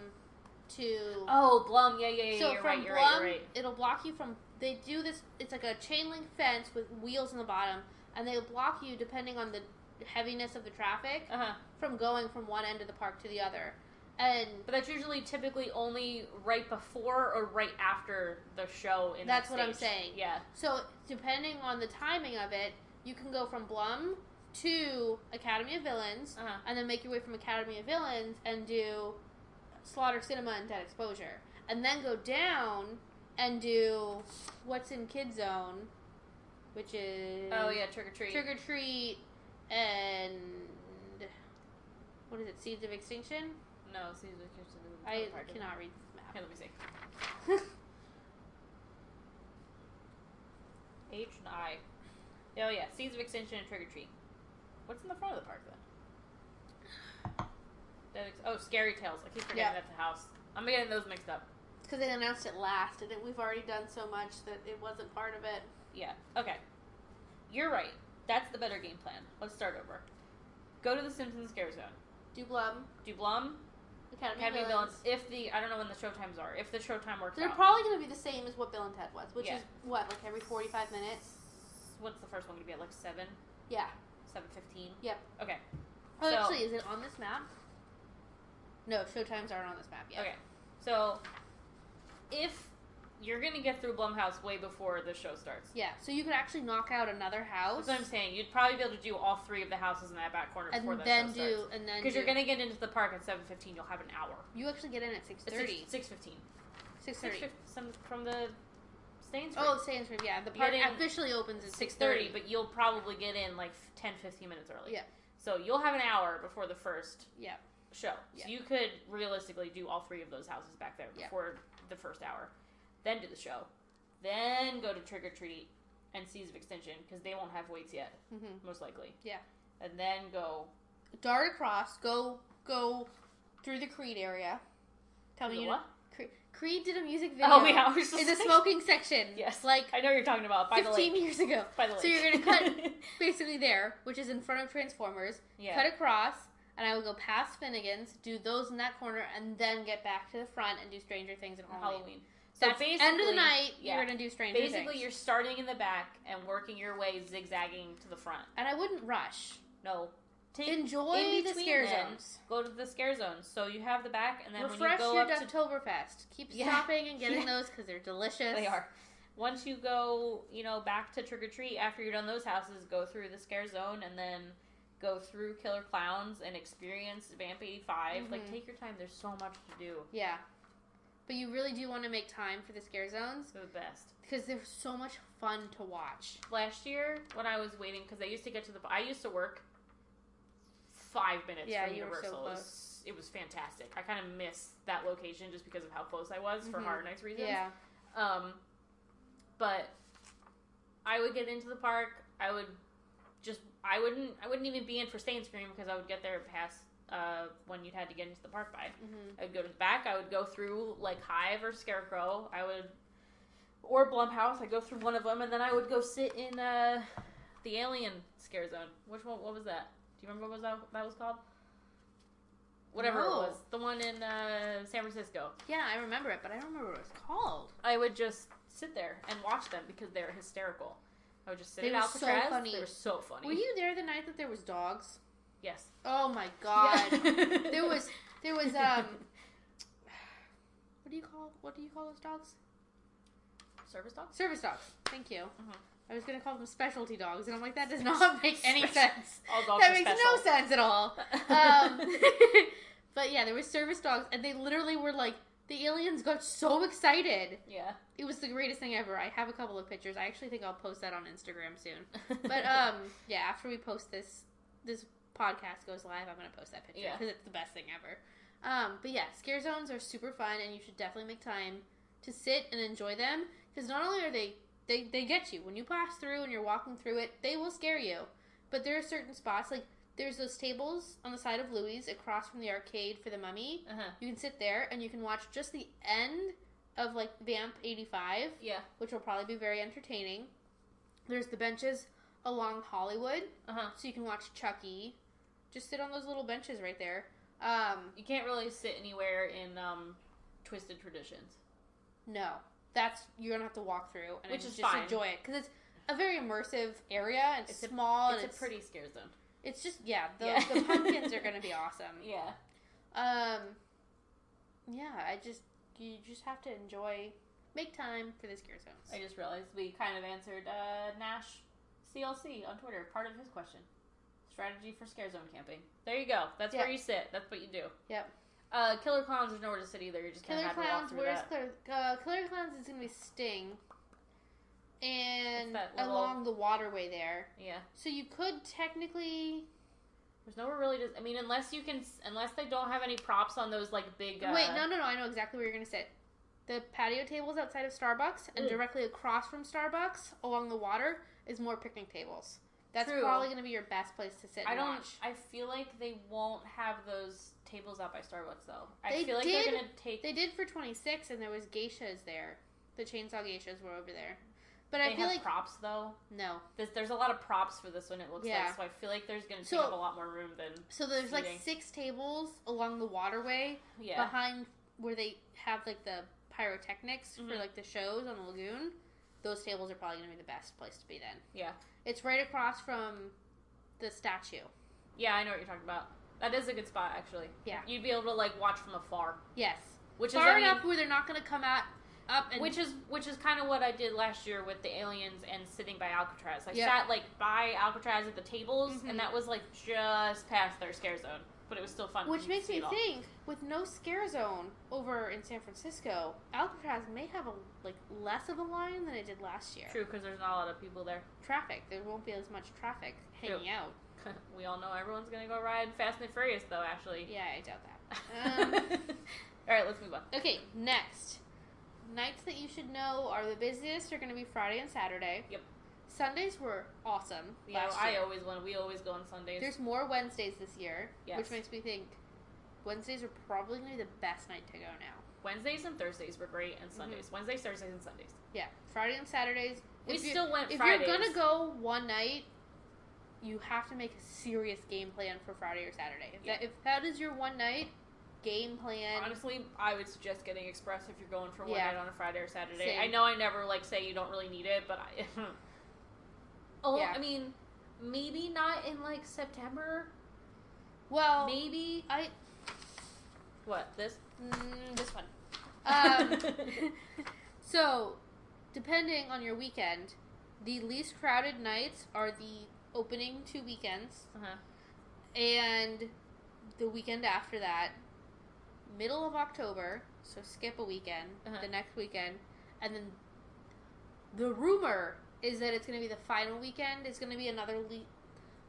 A: to.
B: Oh, Blum. Yeah, yeah, yeah.
A: so
B: you're
A: from
B: right. You're
A: Blum,
B: right. You're right.
A: it'll block you from. They do this. It's like a chain link fence with wheels in the bottom, and they'll block you depending on the heaviness of the traffic
B: Uh huh.
A: from going from one end of the park to the other. And
B: But that's usually typically only right before or right after the show. In
A: That's
B: that
A: what I'm
B: stage.
A: saying.
B: Yeah.
A: so, depending on the timing of it, you can go from Blum to Academy of Villains,
B: Uh huh.
A: and then make your way from Academy of Villains and do Slaughter Cinema and Dead Exposure, and then go down and do what's in Kid Zone, which is
B: Oh yeah, trick or treat.
A: Trick or Treat and what is it? Seeds of Extinction.
B: No, Seeds of Extinction. is a
A: I
B: part of it.
A: cannot read
B: Here,
A: this
B: let me see.
A: map.
B: H and I. Oh yeah, Seeds of Extinction and Trick or Treat. What's in the front of the park then? That ex- oh, Scary Tales. I keep forgetting
A: Yeah.
B: that's a house. I'm getting those mixed up.
A: Because they announced it last, and it, we've already done so much that it wasn't part of it.
B: Yeah. Okay. You're right. That's the better game plan. Let's start over. Go to the Simpsons Scare Zone.
A: Do Blum,
B: Do Blum,
A: Academy,
B: Academy
A: of
B: of
A: Villains.
B: Villains. If the I don't know when the show times are. If the show time works
A: They're
B: out.
A: probably going to be the same as what Bill and Ted was, which
B: Yeah.
A: is what, like every 45 minutes?
B: What's the first one gonna be at? Like seven,
A: Yeah.
B: seven fifteen.
A: Yep.
B: Okay.
A: Oh,
B: So-
A: actually, is it on this map? No, showtimes aren't on this map yet.
B: Okay. So if you're gonna get through Blumhouse way before the show starts.
A: Yeah, so you could actually knock out another house
B: That's what I'm saying. You'd probably be able to do all three of the houses in that back corner
A: and
B: before the
A: then
B: show
A: do
B: starts.
A: and then
B: Because you're
A: do-
B: gonna get into the park at 7:15. You'll have an hour.
A: you actually get in at 6:30.
B: Six fifteen.
A: 6:30.
B: Some from the Stains.
A: Oh, Sainsbury's, yeah. The park
B: in-
A: officially opens at
B: six thirty,
A: 6:30.
B: but you'll probably get in like 10, 15 minutes early.
A: Yeah.
B: So you'll have an hour before the first
A: yeah.
B: show.
A: Yeah.
B: So you could realistically do all three of those houses back there
A: Yeah.
B: before the first hour, then do the show, then go to Trick or Treat and Seas of Extinction because they won't have weights yet,
A: hmm
B: most likely.
A: Yeah.
B: And then go.
A: Dart across, go go through the Creed area. Tell me
B: The
A: you
B: what?
A: Creed, Creed did a music video.
B: Oh, yeah. I was just
A: in the
B: like-
A: smoking section.
B: Yes.
A: like
B: I know what you're talking about by the
A: fifteen
B: lake.
A: years ago.
B: By the lake.
A: So you're gonna cut basically there, which is in front of Transformers.
B: yeah.
A: Cut across, and I would go past Finnegan's, do those in that corner, and then get back to the front and do Stranger Things and
B: on
A: Halloween.
B: Halloween.
A: So end of the night,
B: Oh, yeah.
A: you're gonna do Stranger
B: basically
A: Things.
B: you're starting in the back and working your way zigzagging to the front.
A: and I wouldn't rush.
B: No. Take
A: Enjoy
B: in
A: the
B: between
A: scare
B: them.
A: zones.
B: go to the scare zone. So you have the back, and then
A: Refresh
B: when you go
A: your
B: up to
A: Ducktoberfest. Keep
B: Yeah.
A: stopping and getting
B: Yeah.
A: those because they're delicious.
B: they are. Once you go, you know, back to trick or treat after you're done those houses, go through the scare zone and then go through Killer Clowns and experience Vamp 85.
A: Mhm.
B: Like, take your time. There's so much to do.
A: Yeah. But you really do want to make time for the scare zones
B: They're the best.
A: because they're so much fun to watch.
B: Last year, when I was waiting, because I used to get to the, I used to work five minutes
A: Yeah,
B: from
A: you were so
B: Universal. It was- It was fantastic. I kind of miss that location just because of how close I was for
A: Mhm.
B: Horror Nights reasons.
A: Yeah.
B: Um, but I would get into the park. I would just I wouldn't I wouldn't even be in for stay and scream because I would get there past uh, when you'd had to get into the park by.
A: hmm
B: I would go to the back. I would go through like Hive or Scarecrow. I would or Blumhouse. I would go through one of them and then I would go sit in uh, the Alien scare zone. Which one? What was that? Do you remember what was that, that was called? Whatever it
A: No.
B: was, the one in uh, San Francisco.
A: Yeah, I remember it, but I don't remember what it was called.
B: I would just sit there and watch them because they're hysterical. I would just sit
A: They
B: in
A: were so
B: Alcatraz.
A: funny.
B: They were so funny.
A: Were you there the night that there was dogs?
B: Yes.
A: Oh my god.
B: Yeah.
A: there was there was um what do you call what do you call those dogs?
B: service dogs.
A: Service dogs. Thank you.
B: Mhm.
A: I was gonna call them specialty dogs, and I'm like, that does not make any sense.
B: All dogs
A: that
B: are
A: makes
B: special.
A: no sense at all. um, but yeah, there was service dogs, and they literally were like, the aliens got so excited.
B: yeah.
A: It was the greatest thing ever. I have a couple of pictures. I actually think I'll post that on Instagram soon. But um, yeah, after we post this, this podcast goes live. I'm gonna post that picture
B: Yeah.
A: because it's the best thing ever. Um, but yeah, scare zones are super fun, and you should definitely make time to sit and enjoy them because not only are they they they get you when you pass through and you're walking through it, they will scare you. But there are certain spots like there's those tables on the side of Louis across from the arcade for the Mummy.
B: Uh-huh.
A: You can sit there and you can watch just the end of like Vamp 85
B: Yeah.
A: which will probably be very entertaining. There's the benches along Hollywood,
B: Uh huh.
A: so you can watch Chucky. Just sit on those little benches right there. Um,
B: You can't really sit anywhere in um, Twisted Traditions.
A: no, that's you're gonna have to walk through and
B: Which
A: just
B: is fine.
A: enjoy it because it's a very immersive area and
B: It's a-
A: small
B: it's
A: and
B: a
A: it's
B: pretty scare zone.
A: It's just yeah, the,
B: Yeah.
A: the pumpkins are gonna be awesome.
B: Yeah.
A: Um, yeah, I just you just have to enjoy, make time for the scare zones.
B: I just realized we kind of answered uh, Nash CLC on Twitter. Part of his question: strategy for scare zone camping. There you go. That's where
A: Yeah.
B: you sit. That's what you do.
A: Yep.
B: Uh, Killer Clowns. There's nowhere to sit either. You're just gonna
A: Killer
B: have to walk
A: Clowns,
B: through
A: where's
B: that.
A: Killer, uh, Killer Clowns is going to be Sting. And
B: It's that little-
A: along the waterway there.
B: Yeah.
A: So you could technically.
B: There's nowhere really to. I mean, unless you can, unless they don't have any props on those like big. Uh,
A: Wait, no, no, no. I know exactly where you're going to sit. The patio tables outside of Starbucks and
B: Mm.
A: directly across from Starbucks along the water is more picnic tables. That's
B: True.
A: probably going to be your best place to sit and
B: I don't.
A: watch.
B: I feel like they won't have those tables out by Starbucks though. I
A: They
B: feel like
A: did-
B: they're gonna take.
A: They did for 26 and there was geishas there. The chainsaw geishas were over there. But
B: they
A: I feel
B: have
A: like.
B: props though.
A: no.
B: There's, there's a lot of props for this one. It looks
A: Yeah.
B: like so. I feel like there's gonna take
A: So-
B: up a lot more room than
A: So there's like
B: Seating.
A: six tables along the waterway
B: yeah.
A: behind where they have like the pyrotechnics for
B: Mhm.
A: like the shows on the lagoon, those tables are probably gonna be the best place to be then.
B: Yeah.
A: It's right across from the statue.
B: Yeah, I know what you're talking about. That is a good spot actually.
A: Yeah.
B: You'd be able to like watch from afar,
A: Yes.
B: which
A: Far
B: is I mean,
A: enough where they're not gonna come at up and
B: which is which is kind of what I did last year with the aliens and sitting by Alcatraz. I
A: Yeah.
B: sat like by Alcatraz at the tables,
A: Mhm.
B: and that was like just past their scare zone, but it was still fun.
A: Which makes
B: see
A: me
B: it all.
A: think, with no scare zone over in San Francisco, Alcatraz may have a like less of a line than it did last year.
B: true because there's not a lot of people there.
A: Traffic, there won't be as much traffic hanging out.
B: we all know everyone's gonna go ride Fast and Furious though. Actually,
A: Yeah, I doubt that.
B: all right, let's move on.
A: Um, okay, next nights that you should know are the busiest are going to be Friday and Saturday.
B: Yep.
A: Sundays were awesome.
B: Yeah,
A: last
B: I
A: year.
B: always want. We always go on Sundays.
A: There's more Wednesdays this year,
B: Yes.
A: which makes me think Wednesdays are probably going to be the best night to go now.
B: Wednesdays and Thursdays were great,
A: Mm-hmm.
B: and Sundays. Wednesdays, Thursdays, and Sundays.
A: Yeah, Friday and Saturdays.
B: We
A: If you-
B: still went
A: If
B: Fridays.
A: you're gonna go one night, you have to make a serious game plan for Friday or Saturday. If, that, if that is your one night game plan,
B: Honestly, I would suggest getting express if you're going for one
A: Yeah.
B: night on a Friday or Saturday.
A: Same.
B: I know I never like say you don't really need it, but I Oh,
A: Yeah.
B: I mean, maybe not in like September.
A: well,
B: Maybe
A: I
B: what? This?
A: mm, this one. Um, so, depending on your weekend, the least crowded nights are the opening two weekends
B: Uh-huh.
A: and the weekend after that, middle of October, so skip a weekend,
B: Uh-huh.
A: the next weekend, and then the rumor is that it's going to be the final weekend. It's going to be another le-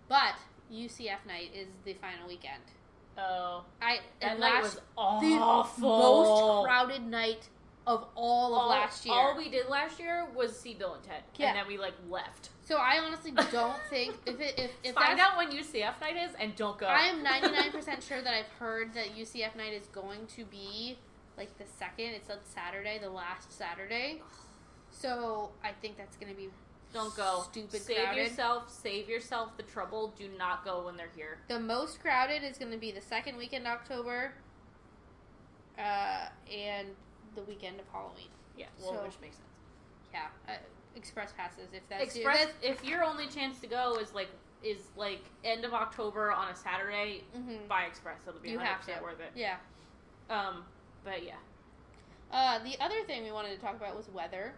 A: but UCF night is the final weekend.
B: Oh.
A: I
B: That
A: and
B: night
A: last,
B: was
A: the
B: awful.
A: most crowded night of all of
B: All-
A: last year.
B: All we did last year was see Bill and Ted.
A: Yeah.
B: And then we like left.
A: so I honestly don't think if it if if
B: Find
A: that's
B: out when UCF night is and don't go.
A: I am 99% sure that I've heard that UCF night is going to be like the second. It's on Saturday, the last Saturday. So I think that's going to be
B: Don't go.
A: Stupid
B: Save
A: crowded.
B: yourself. Save yourself the trouble. Do not go when they're here.
A: the most crowded is going to be the second weekend in October, uh, and the weekend of Halloween.
B: Yeah. Well,
A: So-
B: which makes sense.
A: Yeah, uh, express passes if that's your-
B: Express. If your only chance to go is like is like end of October on a Saturday,
A: That's, mhm.
B: buy Express. It'll be
A: You
B: 100%
A: have to.
B: worth it.
A: Yeah.
B: Um. But yeah.
A: Uh, the other thing we wanted to talk about was weather.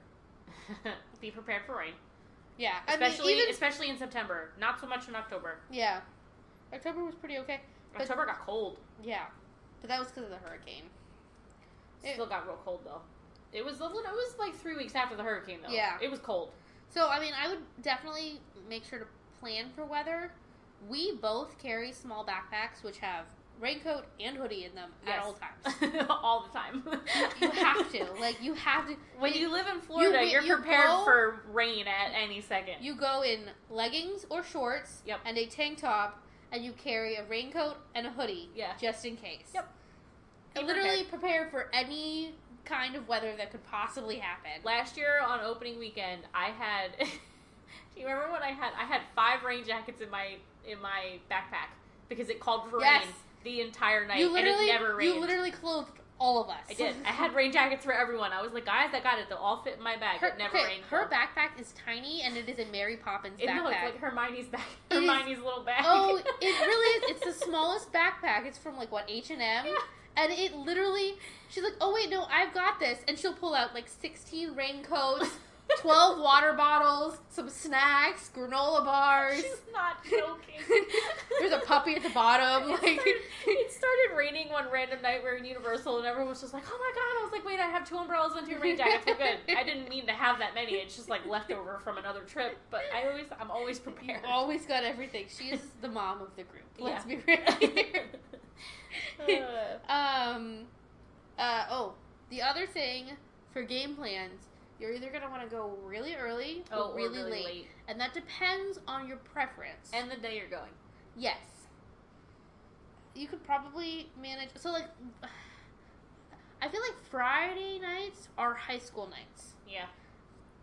B: Be prepared for rain,
A: Yeah, I mean,
B: especially
A: even-
B: especially in September. Not so much in October.
A: yeah, October was pretty okay. But-
B: October got cold.
A: Yeah, but that was because of the hurricane. It-
B: Still got real cold though. It was a little, it was like three weeks after the hurricane though.
A: Yeah.
B: It was cold.
A: So, I mean, I would definitely make sure to plan for weather. We both carry small backpacks which have raincoat and hoodie in them at
B: Yes.
A: all times.
B: all the time.
A: you have to, like, you have to.
B: When
A: it-
B: you live in Florida,
A: you-
B: you, are
A: you
B: prepared
A: go-
B: for rain at any second.
A: you go in leggings or shorts
B: Yep.
A: and a tank top, and you carry a raincoat and a hoodie,
B: Yeah.
A: just in case.
B: Yep. Be
A: And literally prepared for any kind of weather that could possibly happen.
B: Last year on opening weekend, I had. do you remember when I had? I had five rain jackets in my in my backpack because it called for
A: Yes.
B: rain the entire night,
A: you
B: and it
A: literally,
B: never rained.
A: you literally clothed all of us.
B: I did. I had rain jackets for everyone. I was like, guys, I got it. They'll all fit in my bag.
A: Her,
B: it never
A: okay,
B: rained.
A: her backpack is tiny, and it is a Mary Poppins
B: It, no, it's
A: backpack.
B: like Hermione's bag.
A: It is-
B: Hermione's little bag.
A: oh, it really is. It's the smallest backpack. It's from like what H and M,
B: Yeah.
A: and it literally. She's like, oh wait, no, I've got this, and she'll pull out like sixteen raincoats, twelve water bottles, some snacks, granola bars.
B: She's not joking.
A: There's a puppy at the bottom.
B: It
A: Like,
B: started, it started raining one random night. We were in Universal, and everyone was just like, "Oh my god!" I was like, "Wait, I have two umbrellas and two rain jackets. We're good." I didn't mean to have that many. It's just like leftover from another trip. But I always, I'm always
A: you
B: prepared.
A: always got everything. She is the mom of the group. Let's
B: Yeah.
A: be real here.
B: Uh,
A: Um, uh, oh, the other thing for game plans, you're either going to want to go really early or,
B: oh, or
A: really, late. And that depends on your preference.
B: and the day you're going.
A: yes. You could probably manage. So, like, I feel like Friday nights are high school nights.
B: Yeah.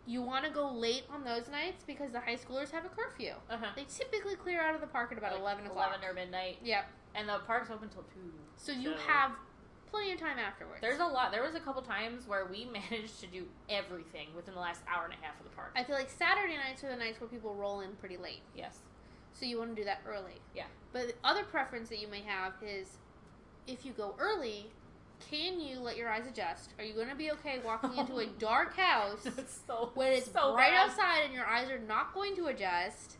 A: You want to go late on those nights because the high schoolers have a curfew.
B: Uh huh.
A: They typically clear out of the park at about 11 o'clock.
B: Eleven or midnight,
A: Yep.
B: and the park's open till two.
A: So you
B: So-
A: have plenty of time afterwards.
B: There's a lot. There was a couple times where we managed to do everything within the last hour and a half of the park.
A: I feel like Saturday nights are the nights where people roll in pretty late.
B: yes.
A: So you want to do that early.
B: Yeah.
A: But the other preference that you may have is if you go early, Can you let your eyes adjust? Are you going to be okay walking into a dark house
B: It's so
A: when it's
B: so
A: bright
B: bad.
A: outside and your eyes are not going to adjust?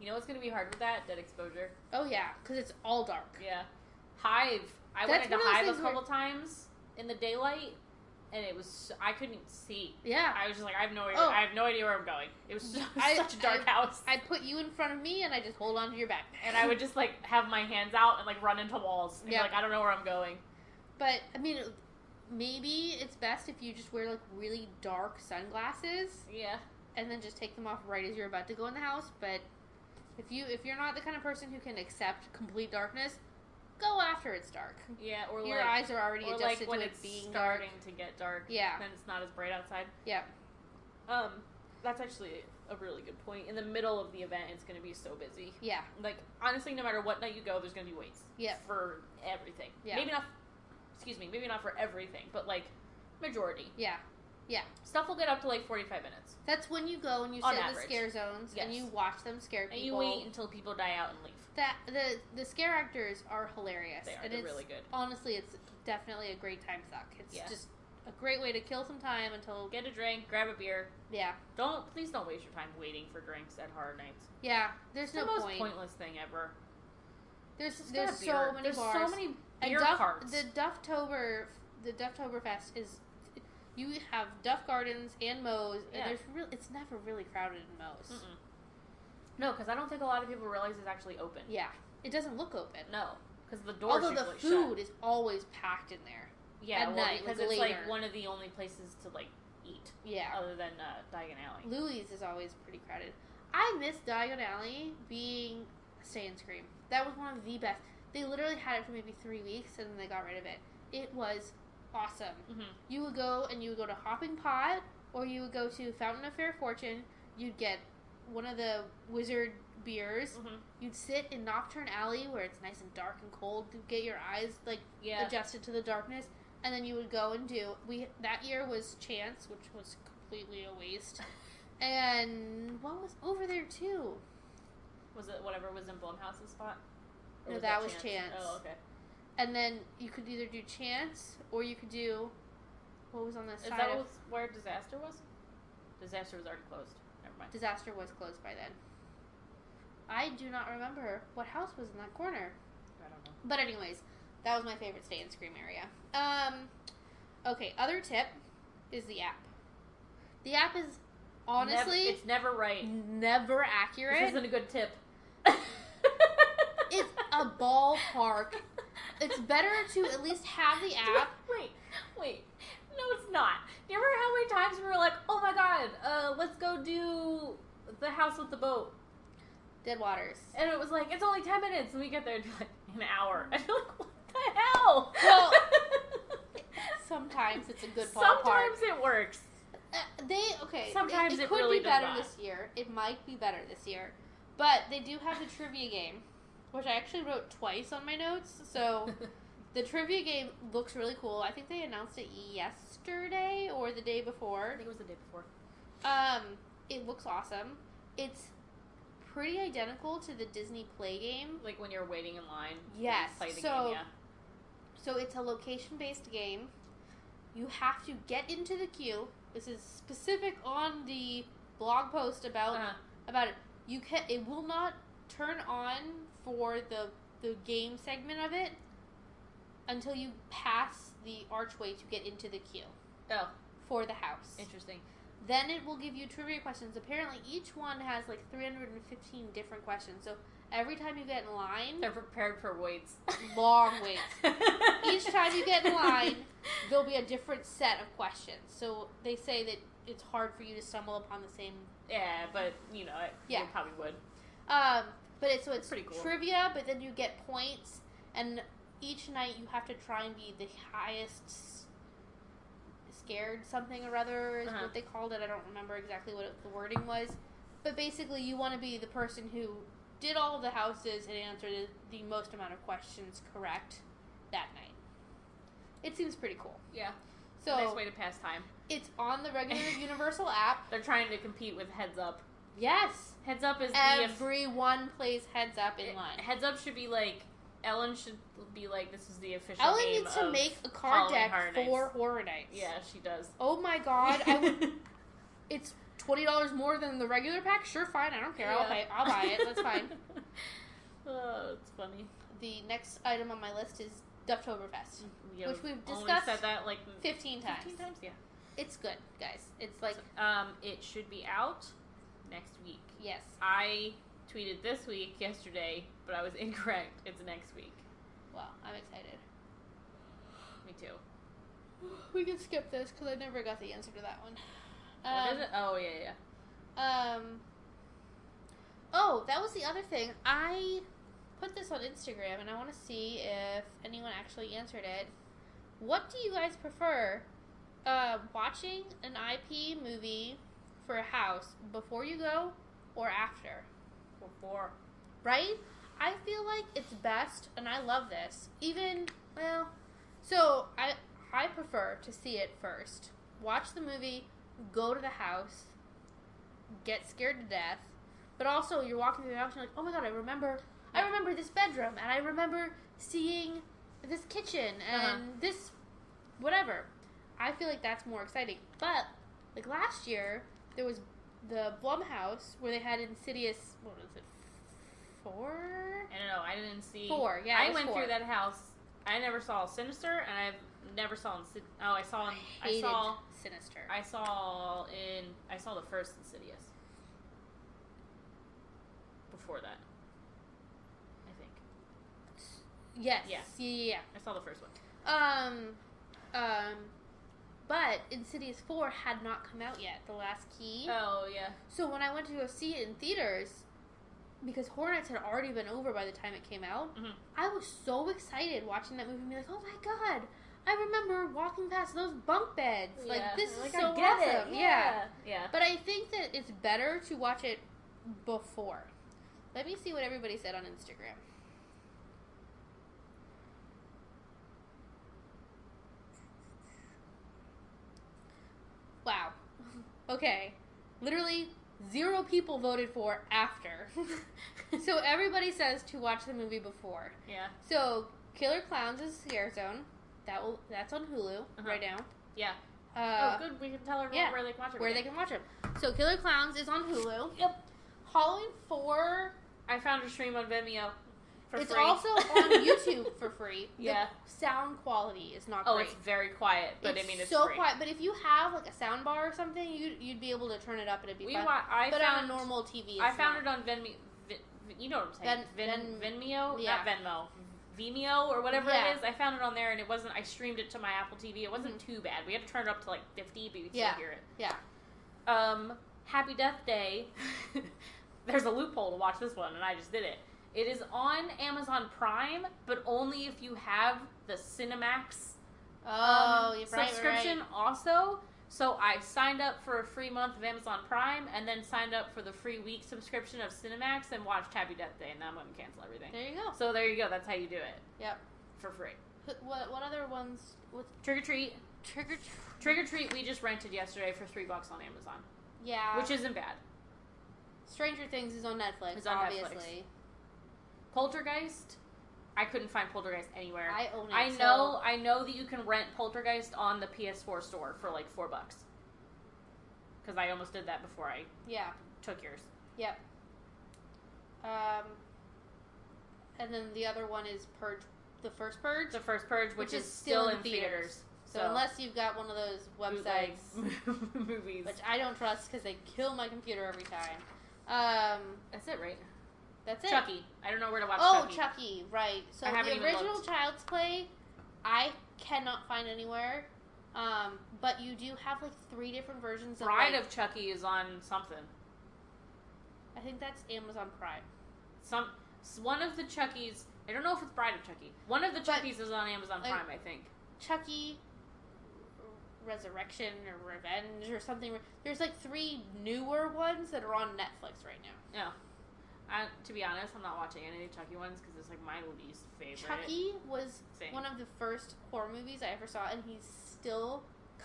B: You know what's gonna be hard with that? Dead exposure.
A: Oh yeah, because it's all dark.
B: Yeah. Hive. I
A: That's
B: went into
A: one of those
B: Hive a
A: things where-
B: couple times in the daylight, and it was so- I couldn't even see.
A: Yeah.
B: I was just like, I have no idea.
A: Oh.
B: I have no idea where I'm going. It was so-
A: I-
B: such a dark house,
A: I put you in front of me and I just hold onto your back.
B: and I would just like have my hands out and like run into walls. And be
A: Yeah.
B: Like I don't know where I'm going.
A: But I mean, maybe it's best if you just wear like really dark sunglasses
B: Yeah.
A: and then just take them off right as you're about to go in the house. But if you if you're not the kind of person who can accept complete darkness, go after it's dark.
B: Yeah. Or
A: your
B: like
A: eyes are already
B: or
A: adjusted
B: like when
A: to
B: it's
A: it being
B: starting
A: dark.
B: to get dark.
A: Yeah.
B: Then it's not as bright outside.
A: Yeah.
B: Um, that's actually a really good point. In the middle of the event, it's going to be so busy.
A: Yeah.
B: Like honestly, no matter what night you go, there's going to be waits.
A: Yeah.
B: For everything.
A: Yeah.
B: Maybe not. Excuse me. Maybe not for everything, but like majority
A: Yeah.
B: stuff will get up to like 45 minutes,
A: That's when you go and you
B: On
A: sit in the
B: average.
A: scare zones and
B: Yes.
A: you watch them scare
B: and you
A: people.
B: wait until people die out and leave.
A: That the the scare actors are hilarious.
B: They are.
A: and
B: They're
A: it's
B: really good.
A: honestly it's definitely a great time suck. It's
B: Yeah.
A: just a great way to kill some time until
B: Get a drink. Grab a beer.
A: yeah.
B: Don't please don't waste your time waiting for drinks at horror nights.
A: Yeah, there's
B: It's the
A: no
B: most
A: point.
B: pointless thing ever.
A: There's
B: Just get
A: there's
B: a beer.
A: so many
B: there's
A: bars.
B: so many
A: And
B: beer
A: Duff-
B: carts.
A: The Dufftober, the Dufftoberfest is. You have Duff Gardens and Moe's,
B: Yeah.
A: and there's real. It's never really crowded in Moe's.
B: Mm-mm. No, because I don't think a lot of people realize it's actually open.
A: Yeah, it doesn't look open.
B: No, because the doors
A: Although the
B: usually
A: food
B: shut.
A: is always packed in there.
B: Yeah,
A: at
B: well,
A: night,
B: because
A: like,
B: it's
A: later.
B: like one of the only places to like eat
A: Yeah,
B: other than uh, Diagon Alley.
A: Louis is always pretty crowded. I miss Diagon Alley being Stay and Scream. That was one of the best. They literally had it for maybe three weeks, and then they got rid of it. It was awesome.
B: Mm-hmm.
A: you would go and you would go to Hopping Pot, or you would go to Fountain of Fair Fortune. You'd get one of the wizard beers.
B: Mm-hmm.
A: You'd sit in Nocturne Alley where it's nice and dark and cold. You get your eyes like
B: Yeah,
A: adjusted to the darkness, and then you would go and do. We that year was Chance, which was completely a waste. And what was over there too?
B: was it whatever was in Blumhouse's spot? Or
A: No, that was Chance.
B: Oh, okay.
A: And then you could either do Chance or you could do what was on the
B: Is
A: side
B: that
A: of
B: was where Disaster was? Disaster was already closed. Never mind.
A: Disaster was closed by then. I do not remember what house was in that corner.
B: I don't know.
A: But anyways, that was my favorite stay and scream area. Um okay, other tip is the app. The app is
B: Nev-
A: honestly
B: it's never right.
A: never, accurate.
B: This isn't a good tip.
A: it's a ballpark. It's better to at least have the app.
B: Wait, wait. No, it's not. Do you remember how many times we were like, oh my god, uh, let's go do the house with the boat?
A: Dead Waters.
B: And it was like, it's only 10 minutes. And we get there and be like, an hour. And you're like, what the hell?
A: Well, Sometimes it's a good ballpark.
B: Sometimes it works.
A: Uh, they okay.
B: Sometimes
A: it,
B: it
A: could
B: really
A: be
B: does
A: better
B: not.
A: this year. It might be better this year, but they do have the trivia game, which I actually wrote twice on my notes. So the trivia game looks really cool. I think they announced it yesterday or the day
B: I
A: before.
B: think it was the day before.
A: Um, it looks awesome. It's pretty identical to the Disney Play game.
B: Like when you're waiting in line. you
A: Yes,
B: Play the
A: so-
B: game, yeah.
A: So it's a location-based game. You have to get into the queue. This is specific on the blog post about
B: Uh,
A: about it. You can it will not turn on for the the game segment of it until you pass the archway to get into the queue
B: oh,
A: for the house.
B: interesting.
A: Then it will give you trivia questions. Apparently each one has like 315 different questions. So every time you get in line,
B: They're prepared for waits.
A: Long waits. Each time you get in line, there'll be a different set of questions. So they say that it's hard for you to stumble upon the same
B: Yeah, but you know, it,
A: Yeah.
B: you probably would.
A: Um, but it's so it's
B: Pretty cool.
A: trivia, but then you get points, and each night you have to try and be the highest s- scared something or other is
B: Uh-huh.
A: what they called it. I don't remember exactly what it, the wording was, but basically you want to be the person who did all of the houses and answered the, the most amount of questions correct that night. It seems pretty cool.
B: Yeah.
A: So
B: nice way to pass time.
A: it's on the regular Universal app.
B: They're trying to compete with Heads Up.
A: Yes,
B: Heads Up is the
A: everyone plays heads up in line.
B: Heads Up should be like Ellen should be like, this is the official.
A: Ellen
B: name
A: needs to
B: of-
A: make a card
B: Halloween
A: deck
B: Horror Nights.
A: for Horror Nights.
B: Yeah, she does.
A: Oh my god, I would, it's twenty dollars more than the regular pack. Sure, fine, I don't care. I'll
B: Yeah.
A: pay. I'll buy it. That's fine.
B: oh, it's funny.
A: The next item on my list is Ducktoberfest.
B: Yeah,
A: Which we've
B: only
A: discussed
B: said that like
A: 15 times.
B: Fifteen times, yeah.
A: It's good, guys. It's like
B: Um, it should be out next week.
A: yes.
B: I tweeted this week yesterday, but I was incorrect. It's next week.
A: Well, I'm excited.
B: Me too.
A: We can skip this because I never got the answer to that one.
B: what
A: Um,
B: is it? Oh yeah, yeah.
A: Um. Oh, that was the other thing. I put this on Instagram, and I want to see if anyone actually answered it. What do you guys prefer? Uh, watching an IP movie for a house before you go or after,
B: Before.
A: right? I feel like it's best, and I love this. Even well, so I I prefer to see it first. Watch the movie, go to the house, get scared to death. But also, you're walking through the house and you're like, oh my god, I remember, I remember this bedroom, and I remember seeing this kitchen and
B: Uh-huh.
A: this whatever. I feel like that's more exciting. But like last year, there was the Blumhouse where they had Insidious. What was it? Four.
B: I don't know. I didn't see.
A: Four, yeah, it
B: I
A: was
B: went
A: four.
B: through that house. I never saw Sinister, and I've never saw. Insid- oh, I
A: I
B: saw. I, I
A: hated
B: saw.
A: Sinister.
B: I saw in. I saw the first Insidious. Before that, I think
A: yes.
B: yeah.
A: Yeah. Yeah. yeah.
B: I saw the first one.
A: Um, um, but Insidious Four had not come out yet. The Last Key.
B: Oh yeah.
A: So when I went to go see it in theaters, because Horror Nights had already been over by the time it came out,
B: Mhm.
A: I was so excited watching that movie and be like, oh my god, I remember walking past those bunk beds. Like, this is so awesome. yeah.
B: Yeah.
A: But I think that it's better to watch it before. Let me see what everybody said on Instagram. Wow. Okay. Literally zero people voted for after. so everybody says to watch the movie before.
B: Yeah.
A: So Killer Clowns is Scare Zone. That will that's on Hulu right now.
B: Uh-huh. Yeah.
A: Uh,
B: oh, good. We can tell everyone
A: yeah.
B: where they can watch it.
A: where they can watch it. So Killer Clowns is on Hulu.
B: Yep.
A: Halloween Four.
B: I found a stream on Vimeo for
A: it's
B: free.
A: also on YouTube for free. The
B: Yeah.
A: sound quality is not
B: Oh,
A: great.
B: it's very quiet, but I mean it's
A: so
B: free.
A: quiet. But if you have like a sound bar or something, you you'd be able to turn it up and it'd be
B: We
A: fun.
B: wa- I
A: but
B: found
A: on a normal TV,
B: I found it on Venme. Vi- Vi- you know what I'm saying?
A: Ven-
B: Vin, Venmeo,
A: yeah.
B: not Venmo. Vimeo or whatever
A: Yeah. Mm-hmm.
B: it is. I found it on there, and it wasn't. I streamed it to my Apple TV. It wasn't too bad. We had to turn it up to like 50, but you could
A: Yeah.
B: still hear it.
A: Yeah.
B: Um, Happy Death Day. There's a loophole to watch this one, and I just did it. It is on Amazon Prime, but only if you have the Cinemax
A: Oh,
B: um,
A: you're right,
B: subscription also. So I signed up for a free month of Amazon Prime, and then signed up for the free week subscription of Cinemax, and watched Happy Death Day, and now I'm going to cancel everything.
A: There you go.
B: So there you go. That's how you do it
A: Yep.
B: for free.
A: Wh- What what other ones? What's
B: Trick or treat.
A: Trigger?
B: Trick or treat. We just rented yesterday for three bucks on Amazon,
A: Yeah.
B: which isn't bad.
A: Stranger Things is on Netflix.
B: It's on Netflix.
A: obviously.
B: Poltergeist. I couldn't find Poltergeist anywhere.
A: I own it.
B: I
A: so-
B: know. I know that you can rent Poltergeist on the PS4 store for like four bucks. Because I almost did that before I
A: Yeah.
B: took yours.
A: Yep. Um, and then the other one is Purge, the first Purge.
B: The first Purge, which, is, still in theaters.
A: So, unless you've got one of those websites,
B: bootleg movies.
A: which I don't trust because they kill my computer every time. Um,
B: That's it, right?
A: that's it.
B: Chucky. I don't know where to watch
A: oh,
B: Chucky.
A: Chucky. right. So
B: I haven't
A: the
B: even
A: original
B: looked.
A: Child's Play, I cannot find anywhere. Um, but you do have like three different versions of.
B: Bride
A: like-
B: of Chucky is on something.
A: I think that's Amazon Prime.
B: Some s- one of the Chucky's. I don't know if it's Bride of Chucky. One of the
A: But-
B: Chucky's is on Amazon
A: like-
B: Prime, I think.
A: Chucky Resurrection or Revenge or something. There's like three newer ones that are on Netflix right now.
B: No. I, to be honest, I'm not watching any of the Chucky ones because it's like my least favorite.
A: Chucky was
B: thing.
A: one of the first horror movies I ever saw, and he's still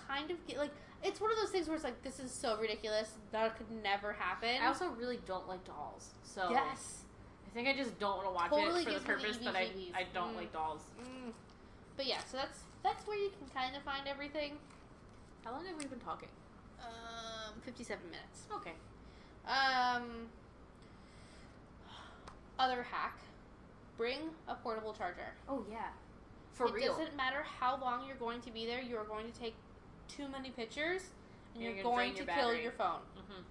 A: kind of get, like it's one of those things where it's like this is so ridiculous that could never happen.
B: I also really don't like dolls. So
A: yes,
B: I think I just don't want to watch
A: Totally
B: it for the
A: gives me the
B: purpose that I,
A: heebie-jeebies.
B: I don't
A: Mm.
B: like dolls.
A: Mm. But yeah, so that's that's where you can kind of find everything.
B: How long have we been talking?
A: Um, fifty-seven minutes.
B: Okay.
A: Um, other hack: bring a portable charger.
B: Oh yeah. For
A: it
B: real.
A: doesn't matter how long you're going to be there. You are going to take too many pictures, and
B: You're
A: you're,
B: gonna
A: going
B: drain
A: to
B: your
A: kill
B: battery.
A: your phone.
B: Mhm.
A: Mm-hmm.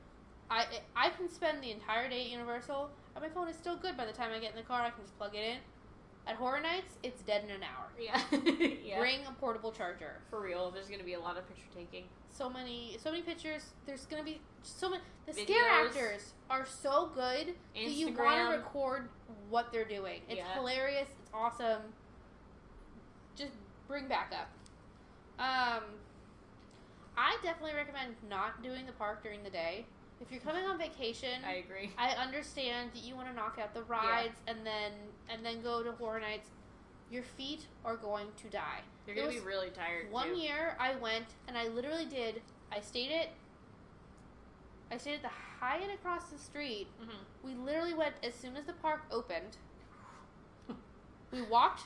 A: I I can spend the entire day at Universal, and my phone is still good by the time I get in the car. I can just plug it in. At Horror Nights, it's dead in an hour.
B: Yeah. yeah.
A: Bring a portable charger.
B: For real. There's gonna be a lot of picture taking.
A: So many, so many pictures. There's gonna be so many. The scare
B: Videos.
A: actors are so good that you want to
B: Instagram.
A: record what they're doing. It's
B: Yeah.
A: hilarious. It's awesome. Just bring back up. Um, I definitely recommend not doing the park during the day. If you're coming on vacation,
B: I agree.
A: I understand that you want to knock out the rides and then and then go to horror nights. Your feet are going to die.
B: You're
A: There
B: gonna be
A: was
B: really tired.
A: One
B: too.
A: year I went and I literally did. I stayed at. I stayed at the Hyatt across the street.
B: Mm-hmm.
A: We literally went as soon as the park opened. We walked,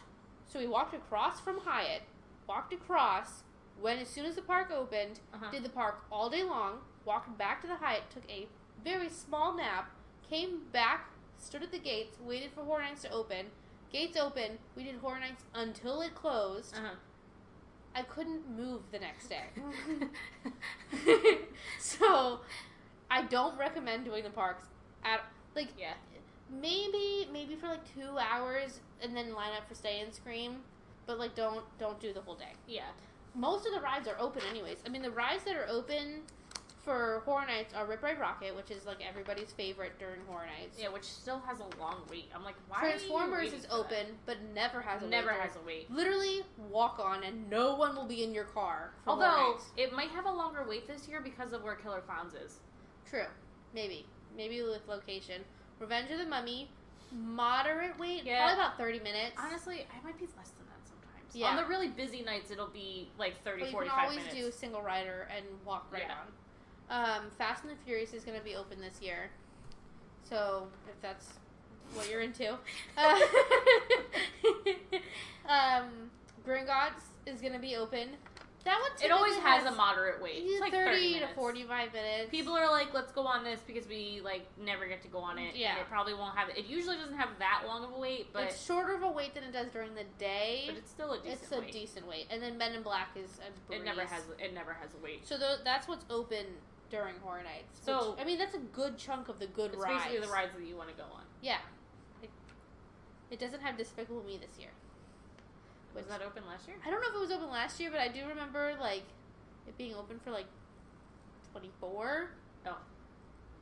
A: so we walked across from Hyatt, walked across. Went as soon as the park opened,
B: Uh-huh.
A: did the park all day long, walked back to the Hyatt, took a very small nap, came back, stood at the gates, waited for Horror Nights to open. Gates open, we did Horror Nights until it closed. I couldn't move the next day.
B: Uh-huh.
A: so I don't recommend doing the parks at like
B: yeah.
A: maybe maybe for like two hours and then line up for stay and scream. But like don't don't do the whole day.
B: Yeah.
A: Most of the rides are open anyways. I mean the rides that are open for Horror Nights are Rip Ride Rocket, which is like everybody's favorite during Horror Nights.
B: Yeah, which still has a long wait. I'm like, why? are you
A: Transformers
B: waiting
A: is
B: for that?
A: open, but never has a
B: Never
A: wait
B: has a wait.
A: literally walk on and no one will be in your car. for Horror
B: Although
A: Nights.
B: it might have a longer wait this year because of where Killer Clowns is.
A: True. Maybe. Maybe with location. Revenge of the Mummy, moderate wait,
B: Yeah.
A: probably about 30 minutes.
B: Honestly, I might be less than that sometimes.
A: Yeah.
B: On the really busy nights, it'll be like 30,
A: but you can
B: 45
A: always
B: minutes.
A: do single rider and walk right
B: Yeah.
A: on. Um, Fast and the Furious is going to be open this year. So if that's what you're into. Uh, um, Gringotts is going to be open. That one
B: it always
A: typically
B: has, a moderate wait. It's like 30,
A: 30 to
B: minutes.
A: 45 minutes.
B: People are like, let's go on this because we like never get to go on it.
A: Yeah.
B: And it probably won't have. It usually doesn't have that long of a wait, but
A: it's shorter of a wait than it does during the day.
B: but it's still a decent
A: It's a
B: wait.
A: decent weight, and then Men in Black is a breeze.
B: it never has. It never has a wait.
A: So tho- that's what's open during Horror Nights. which-
B: So-
A: I mean, that's a good chunk of the good
B: It's
A: rides.
B: basically the rides that you want to go on.
A: Yeah, it, it doesn't have Despicable Me this year.
B: Was
A: Which-
B: that open last year?
A: I don't know if it was open last year, but I do remember like it being open for like twenty four.
B: Oh.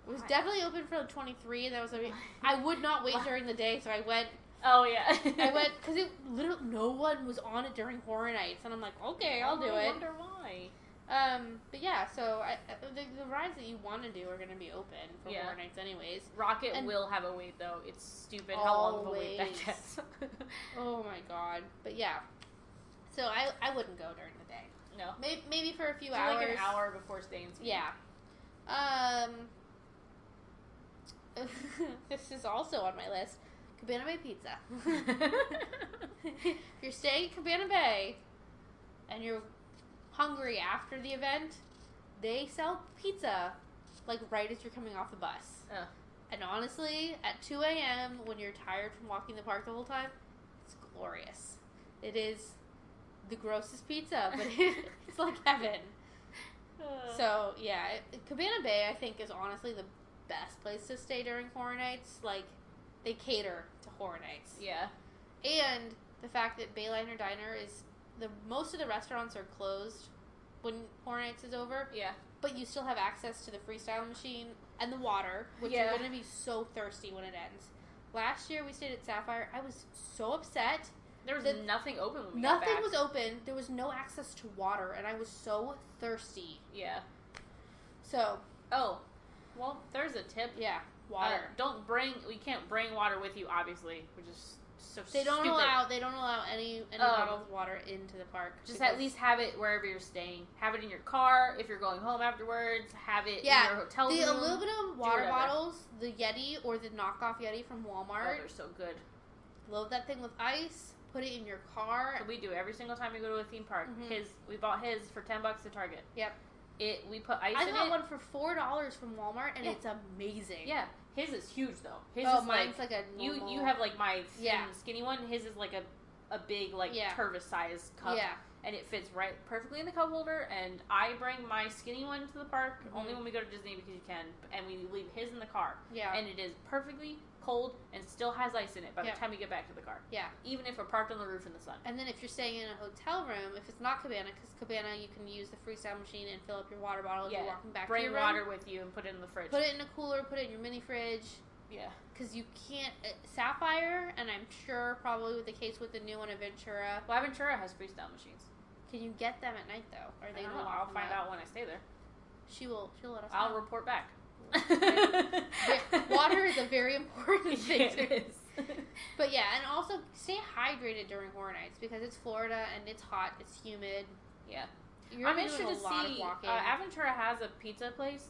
A: It was
B: Why?
A: definitely open for like, 23, and that was, I mean, I would not wait
B: Why?
A: during the day, so I went,
B: Oh yeah.
A: I went, because it literally, no one was on it during Horror Nights, and I'm like, okay, I'll do
B: I
A: it.
B: wonder why.
A: Um, but yeah, so I, I- the, the rides that you want to do are going to be open for
B: Yeah.
A: horror nights, anyways.
B: Rocket
A: And-
B: will have a wait though. It's stupid how long of a wait that
A: Always.
B: gets.
A: Oh my god! But yeah, so I I wouldn't go during the day.
B: no.
A: Maybe, maybe for a few
B: Do
A: hours.
B: like an hour before staying.
A: Yeah. Um. this is also on my list. Cabana Bay Pizza. if you're staying at Cabana Bay, and you're hungry after the event, they sell pizza like right as you're coming off the bus.
B: Ugh.
A: And honestly, at 2 a.m., when you're tired from walking the park the whole time, it's glorious. It is the grossest pizza, but it's like heaven.
B: so
A: So, yeah, it- Cabana Bay, I think, is honestly the best place to stay during Horror Nights. Like, they cater to Horror Nights.
B: yeah.
A: And the fact that Bayliner Diner is the most of the restaurants are closed when Horror Nights is over,
B: Yeah.
A: but you still have access to the freestyle machine and the water, which
B: Yeah.
A: you're going to be so thirsty when it ends. Last year we stayed at Sapphire. I was so upset.
B: There was
A: The-
B: nothing open when we got
A: Nothing
B: back.
A: was open. There was no access to water, and I was so thirsty.
B: Yeah.
A: So
B: Oh. Well, there's a tip.
A: yeah,
B: Uh,
A: water.
B: don't bring. We can't bring water with you, obviously, which is so
A: They don't
B: stupid.
A: allow they don't allow any any
B: Um,
A: bottled water into the park.
B: Just
A: because-
B: at least have it wherever you're staying. Have it in your car if you're going home afterwards. Have it
A: Yeah,
B: in your hotel
A: the
B: room.
A: aluminum water
B: whatever.
A: bottles, the Yeti or the knockoff Yeti from
B: Oh,
A: Walmart.
B: they're so good.
A: Load that thing with ice. Put it in your car.
B: So we do every single time we go to a theme park.
A: Mhm.
B: His, we bought his for ten bucks at Target.
A: Yep.
B: It, we put ice
A: I
B: in
A: got
B: it.
A: one for four dollars from Walmart, and
B: Yeah.
A: it's amazing.
B: Yeah, his is huge though. His
A: oh,
B: is like,
A: mine's like, a
B: you
A: normal-
B: you have like my thin,
A: Yeah.
B: skinny one. His is like a a big like
A: Yeah.
B: turvis sized cup.
A: yeah.
B: and it fits right perfectly in the cup holder. And I bring my skinny one to the park
A: Mhm.
B: only when we go to Disney because you can, and we leave his in the car.
A: Yeah.
B: And it is perfectly cold and still has ice in it by
A: Yeah.
B: the time we get back to the car.
A: Yeah.
B: Even if we're parked on the roof in the sun.
A: and then if you're staying in a hotel room, if it's not Cabana, because Cabana you can use the freestyle machine and fill up your water bottle if
B: Yeah.
A: you're walking back to
B: Bring
A: your
B: water
A: room.
B: with you and put it in the fridge.
A: Put it in a cooler. Put it in your mini fridge.
B: yeah.
A: Because you can't uh, Sapphire, and I'm sure probably with the case with the new one Aventura.
B: Well, Aventura has freestyle machines.
A: Can you get them at night though? Or are
B: I
A: they
B: don't
A: gonna
B: know.
A: lock
B: I'll
A: them
B: find
A: up?
B: out when I stay there.
A: She will. She'll let us
B: I'll
A: know.
B: report back.
A: Yeah, water is a very important thing.
B: Yeah, it
A: to-
B: is.
A: But yeah, and also stay hydrated during horror nights because it's Florida and it's hot, it's humid.
B: yeah.
A: You're
B: I'm
A: doing
B: interested
A: a
B: to
A: lot of
B: see. Uh,
A: walking.
B: Aventura has a pizza place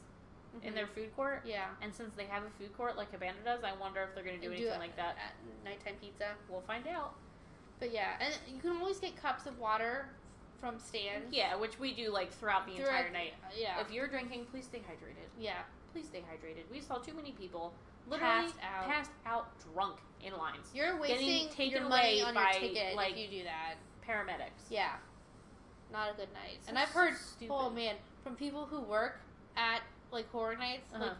B: in
A: Mhm.
B: their food court.
A: yeah.
B: And since they have a food court like Cabana does, I wonder if they're going to do
A: And
B: anything
A: it
B: like that.
A: at nighttime pizza.
B: We'll find out.
A: But yeah, and you can always get cups of water from stands.
B: Yeah, which we do like throughout the
A: throughout
B: entire
A: the-
B: night.
A: Yeah.
B: If you're drinking, please stay hydrated.
A: yeah.
B: Please stay hydrated. We saw too many people literally
A: Passed out.
B: passed out drunk in lines.
A: You're
B: Getting
A: wasting
B: taken
A: your money
B: away
A: on
B: by,
A: your ticket
B: like-
A: if you do that.
B: Paramedics.
A: Yeah. Not a good night.
B: It's
A: And I've heard,
B: stupid.
A: oh man, from people who work at like horror nights,
B: Uh-huh.
A: like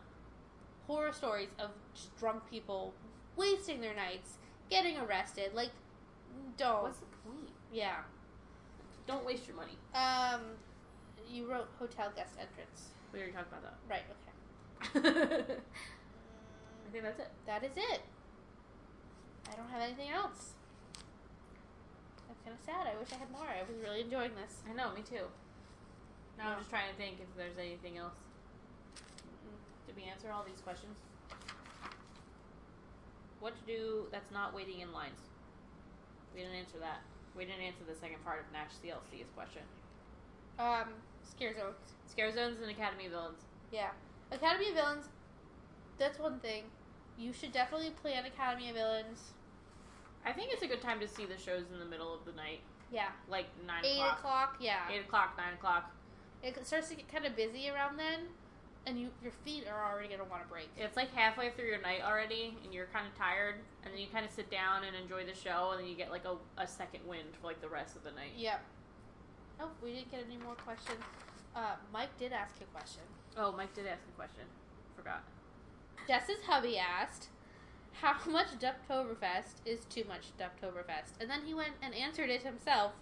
A: horror stories of just drunk people wasting their nights, getting arrested. Like, don't.
B: What's the point?
A: yeah.
B: Don't waste your money.
A: Um, you wrote hotel guest entrance.
B: We already talked about that.
A: Right, okay.
B: I think that's it.
A: That is it. I don't have anything else. That's kind of sad. I wish I had more. I was really enjoying this.
B: I know, me too. Now
A: Yeah.
B: I'm just trying to think if there's anything else. Did we answer all these questions? What to do that's not waiting in lines? We didn't answer that. We didn't answer the second part of Nash CLC's question.
A: Um, scare zones.
B: Scare zones and Academy villains.
A: Yeah. Academy of Villains, that's one thing. You should definitely plan Academy of Villains.
B: I think it's a good time to see the shows in the middle of the night,
A: Yeah.
B: like nine
A: 8
B: o'clock,
A: o'clock, yeah.
B: eight o'clock, nine o'clock.
A: It starts to get kind of busy around then, and you your feet are already going to want to break.
B: It's like halfway through your night already, and you're kind of tired, and then you kind of sit down and enjoy the show, and then you get like a, a second wind for like the rest of the night.
A: Yep. Oh, we didn't get any more questions. Uh, Mike did ask a question.
B: Oh, Mike did ask a question. Forgot.
A: Jess's hubby asked, How much Ducktoberfest is too much Ducktoberfest? And then he went and answered it himself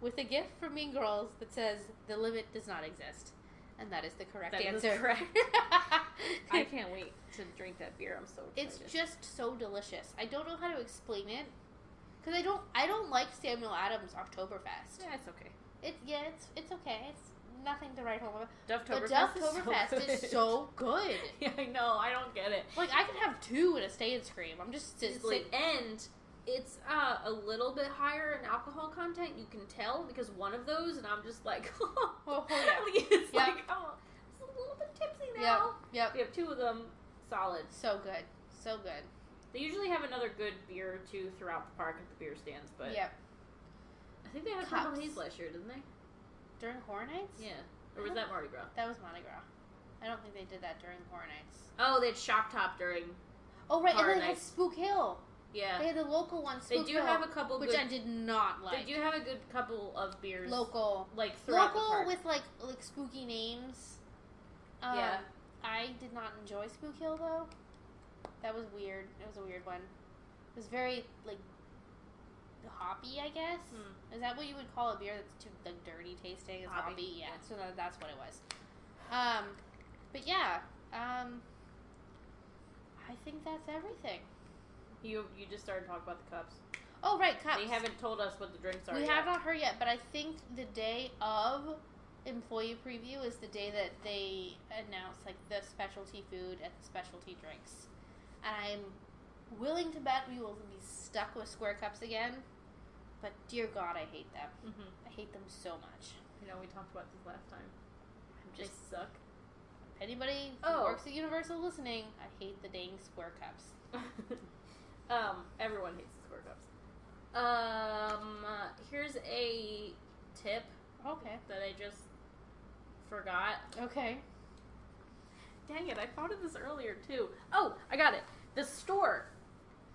A: with a gift from Mean Girls that says, The limit does not exist. And that is the correct
B: That is
A: answer.
B: correct. I can't wait to drink that beer. I'm so
A: it's
B: excited.
A: just so delicious. I don't know how to explain it. Because I don't, I don't like Samuel Adams Oktoberfest.
B: yeah, it's okay.
A: It's yeah, it's it's okay. It's nothing to write home about. But
B: Dufftoberfest
A: Ducktoberfest
B: is so,
A: is so good.
B: yeah, I know. I don't get it.
A: Like I could have two and a stay and scream. I'm just
B: It's
A: sizzling.
B: like- and it's uh, a little bit higher in alcohol content. You can tell because one of those, and I'm just like, oh,
A: Oh, yeah.
B: it's
A: Yeah.
B: like oh, it's a little bit tipsy
A: Yep.
B: now.
A: Yep.
B: We have two of them, solid.
A: So good. So good.
B: They usually have another good beer or two throughout the park at the beer stands, but
A: yep.
B: I think they had
A: Cups.
B: Purple Haze last year, didn't they?
A: During Horror Nights?
B: Yeah, or was that Mardi Gras?
A: That was Mardi Gras. I don't think they did that during Horror Nights.
B: Oh, they had Shock Top during.
A: Oh, right. and
B: Horror
A: then they had
B: Nights.
A: Spook Hill.
B: Yeah,
A: They had a local one,
B: They
A: Spook
B: do
A: Hill,
B: have a couple
A: which
B: good.
A: I did not
B: they
A: like.
B: do have a good couple of beers.
A: local.
B: like throughout the
A: Local
B: park.
A: with like like spooky names. Um,
B: Yeah.
A: I did not enjoy Spook Hill though. That was weird. It was a weird one. It was very like hoppy, I guess.
B: Hmm.
A: Is that what you would call a beer that's too like dirty tasting? It's
B: Hoppy,
A: hoppy, yeah.
B: yeah.
A: So that, that's what it was. Um, but yeah, um, I think that's everything.
B: you. You just started talking about the cups.
A: Oh right, cups.
B: They haven't told us what the drinks are.
A: we
B: yet.
A: have not heard yet, but I think the day of employee preview is the day that they announce like the specialty food and the specialty drinks, and I'm willing to bet we will be stuck with square cups again. But dear God, I hate them.
B: Mm-hmm.
A: I hate them so much.
B: You know, we talked about this last time.
A: I'm just
B: they suck.
A: anybody who
B: Oh.
A: works at Universal listening. I hate the dang square cups.
B: um, everyone hates the square cups. Um, uh, here's a tip
A: Okay.
B: that I just forgot.
A: Okay.
B: Dang it, I thought of this earlier too. Oh, I got it. The store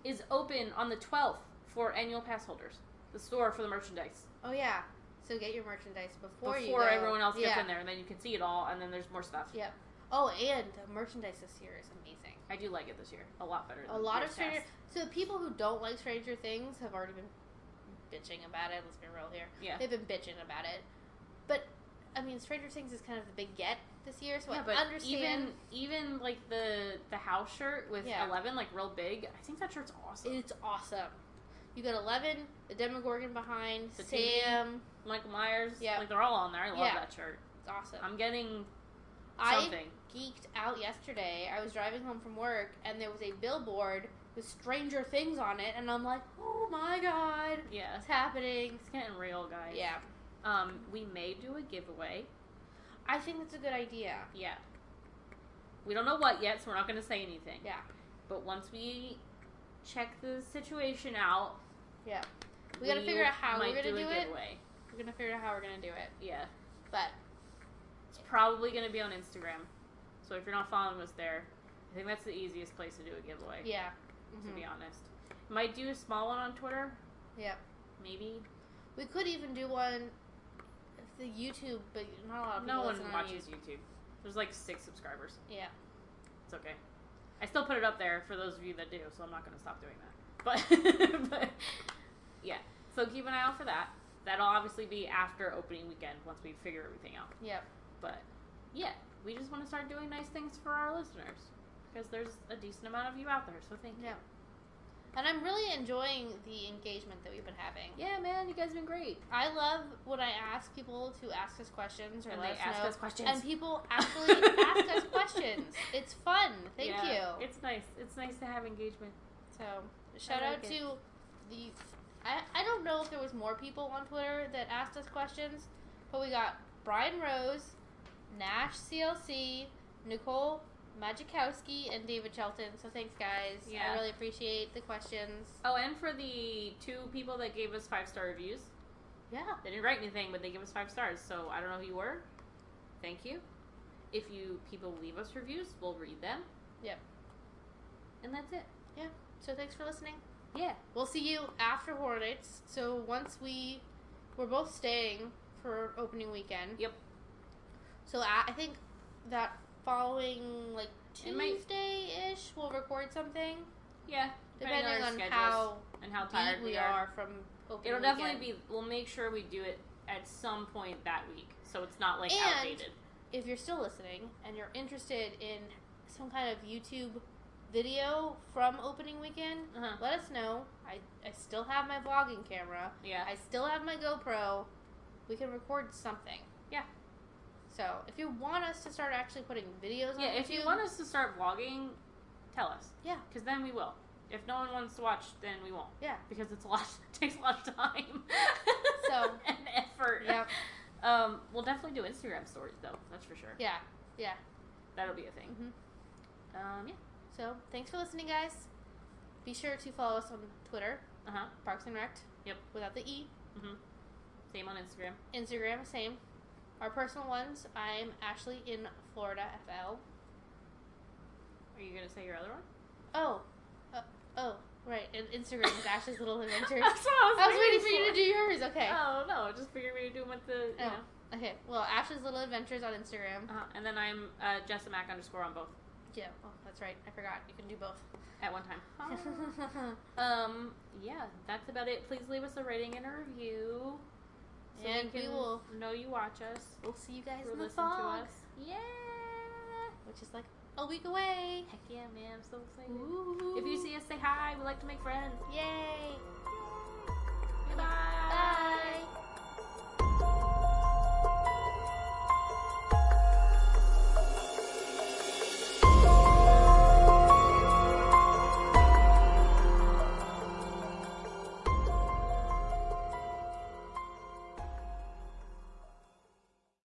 B: is open on the 12th for annual pass holders. The store for the merchandise
A: Oh yeah. So get your merchandise before, you
B: before
A: go.
B: everyone else gets
A: Yeah.
B: in there, and then you can see it all, and then there's more stuff.
A: Yep. Oh, and the merchandise this year is amazing.
B: I do like it this year a lot better.
A: A
B: than
A: lot of
B: years
A: Stranger.
B: past.
A: So people who don't like Stranger Things have already been bitching about it. Let's be real here.
B: Yeah.
A: They've been bitching about it. But I mean, Stranger Things is kind of the big get this year, so
B: yeah,
A: I
B: but
A: understand.
B: even even like the the house shirt with
A: Yeah.
B: eleven like real big. I think that shirt's awesome.
A: it's awesome. You got Eleven, the Demogorgon behind,
B: The TV.
A: Sam.
B: Michael Myers.
A: Yeah.
B: like they're all on there. I love
A: Yeah.
B: that shirt.
A: It's awesome.
B: I'm getting
A: I-
B: something.
A: geeked out yesterday. I was driving home from work and there was a billboard with Stranger Things on it, and I'm like, oh my god,
B: yeah,
A: it's happening.
B: it's getting real, guys.
A: Yeah,
B: Um, we may do a giveaway.
A: I think that's a good idea.
B: Yeah. We don't know what yet, so we're not going to say anything.
A: Yeah,
B: But once we check the situation out,
A: yeah. We gotta figure out how we're
B: might
A: gonna do,
B: a
A: it.
B: giveaway.
A: We're gonna figure out how we're gonna do it.
B: Yeah.
A: But
B: It's probably going to be on Instagram. So if you're not following us there, I think that's the easiest place to do a giveaway,
A: yeah,
B: to
A: mhm,
B: be honest. Might do a small one on Twitter,
A: yeah.
B: maybe.
A: We could even do one. if The YouTube, but not a lot of people
B: No one
A: listen on
B: watches YouTube. There's like six subscribers.
A: YouTube. Yeah,
B: It's okay. I still put it up there for those of you that do, so I'm not going to stop doing that. But, but yeah, so keep an eye out for that. That'll obviously be after opening weekend once we figure everything out.
A: yeah.
B: But yeah, we just want to start doing nice things for our listeners because there's a decent amount of you out there. So thank you.
A: Yeah. And I'm really enjoying the engagement that we've been having.
B: Yeah, man, you guys have been great.
A: I love when I ask people to ask us questions or
B: And
A: let
B: they
A: us
B: ask
A: know,
B: us questions.
A: and people actually ask us questions. It's fun. Thank
B: Yeah, um,
A: you.
B: It's nice. It's nice to have engagement.
A: So shout
B: like
A: out
B: it.
A: to the. I I don't know if there was more people on Twitter that asked us questions, but we got Brian Rose, Nash CLC, Nicole Majikowski, and David Shelton. So thanks, guys.
B: Yeah.
A: I really appreciate the questions.
B: Oh, and for the two people that gave us five star reviews,
A: Yeah.
B: They didn't write anything, but they give us five stars. So I don't know who you were. Thank you. If you people leave us reviews, we'll read them.
A: Yep.
B: And that's it.
A: So thanks for listening.
B: Yeah.
A: We'll see you after Hornets. So once we, we're both staying for opening weekend.
B: Yep.
A: So I, I think that following like
B: It might-
A: Tuesday ish, we'll record something
B: Yeah. Depending on
A: depending
B: our
A: on,
B: schedules
A: how
B: and how tired
A: tired we are from opening.
B: It'll
A: weekend.
B: definitely be. We'll make sure we do it at some point that week, so it's not like
A: And-
B: outdated.
A: If you're still listening and you're interested in some kind of YouTube video from opening weekend,
B: Uh-huh.
A: let us know. I I still have my vlogging camera.
B: Yeah.
A: I still have my GoPro. We can record something.
B: Yeah.
A: So if you want us to start actually putting videos
B: Yeah.
A: on
B: If
A: YouTube,
B: you want us to start vlogging, tell us.
A: Yeah.
B: Because then we will. If no one wants to watch, then we won't.
A: Yeah.
B: Because it's a lot. It takes a lot of time.
A: So-
B: and effort.
A: Yep.
B: Um, we'll definitely do Instagram stories though. That's for sure.
A: yeah, yeah.
B: That'll be a thing.
A: Mhm.
B: Um, yeah.
A: So thanks for listening, guys. Be sure to follow us on Twitter,
B: Uh huh.
A: Parks and Rec.
B: Yep.
A: Without the e.
B: Mhm. Same on Instagram.
A: Instagram, same. Our personal ones. I'm Ashley in Florida FL.
B: Are you gonna say your other one?
A: Oh, uh, oh, right. And Instagram is Ashley's Little Adventures.
B: That's what I was,
A: I was waiting for you to do yours. Okay.
B: Oh no! Just figured we would do them with the. You
A: Oh.
B: know.
A: Okay. Well, Ashley's Little Adventures on Instagram.
B: Uh-huh. And then I'm uh, Jessamac underscore on both
A: Yeah. Oh, that's right. I forgot. You can do both.
B: at one time. um. Yeah. That's about it. Please leave us a rating and a review. So
A: And
B: we,
A: we
B: can
A: will-
B: know you watch us.
A: we'll see you guys
B: or
A: in the
B: listen to
A: fog,
B: us. Yeah.
A: which is like a week away.
B: Heck yeah, man! I'm so excited.
A: Ooh.
B: If you see us, say hi. We like to make friends.
A: Yay!
B: Yay.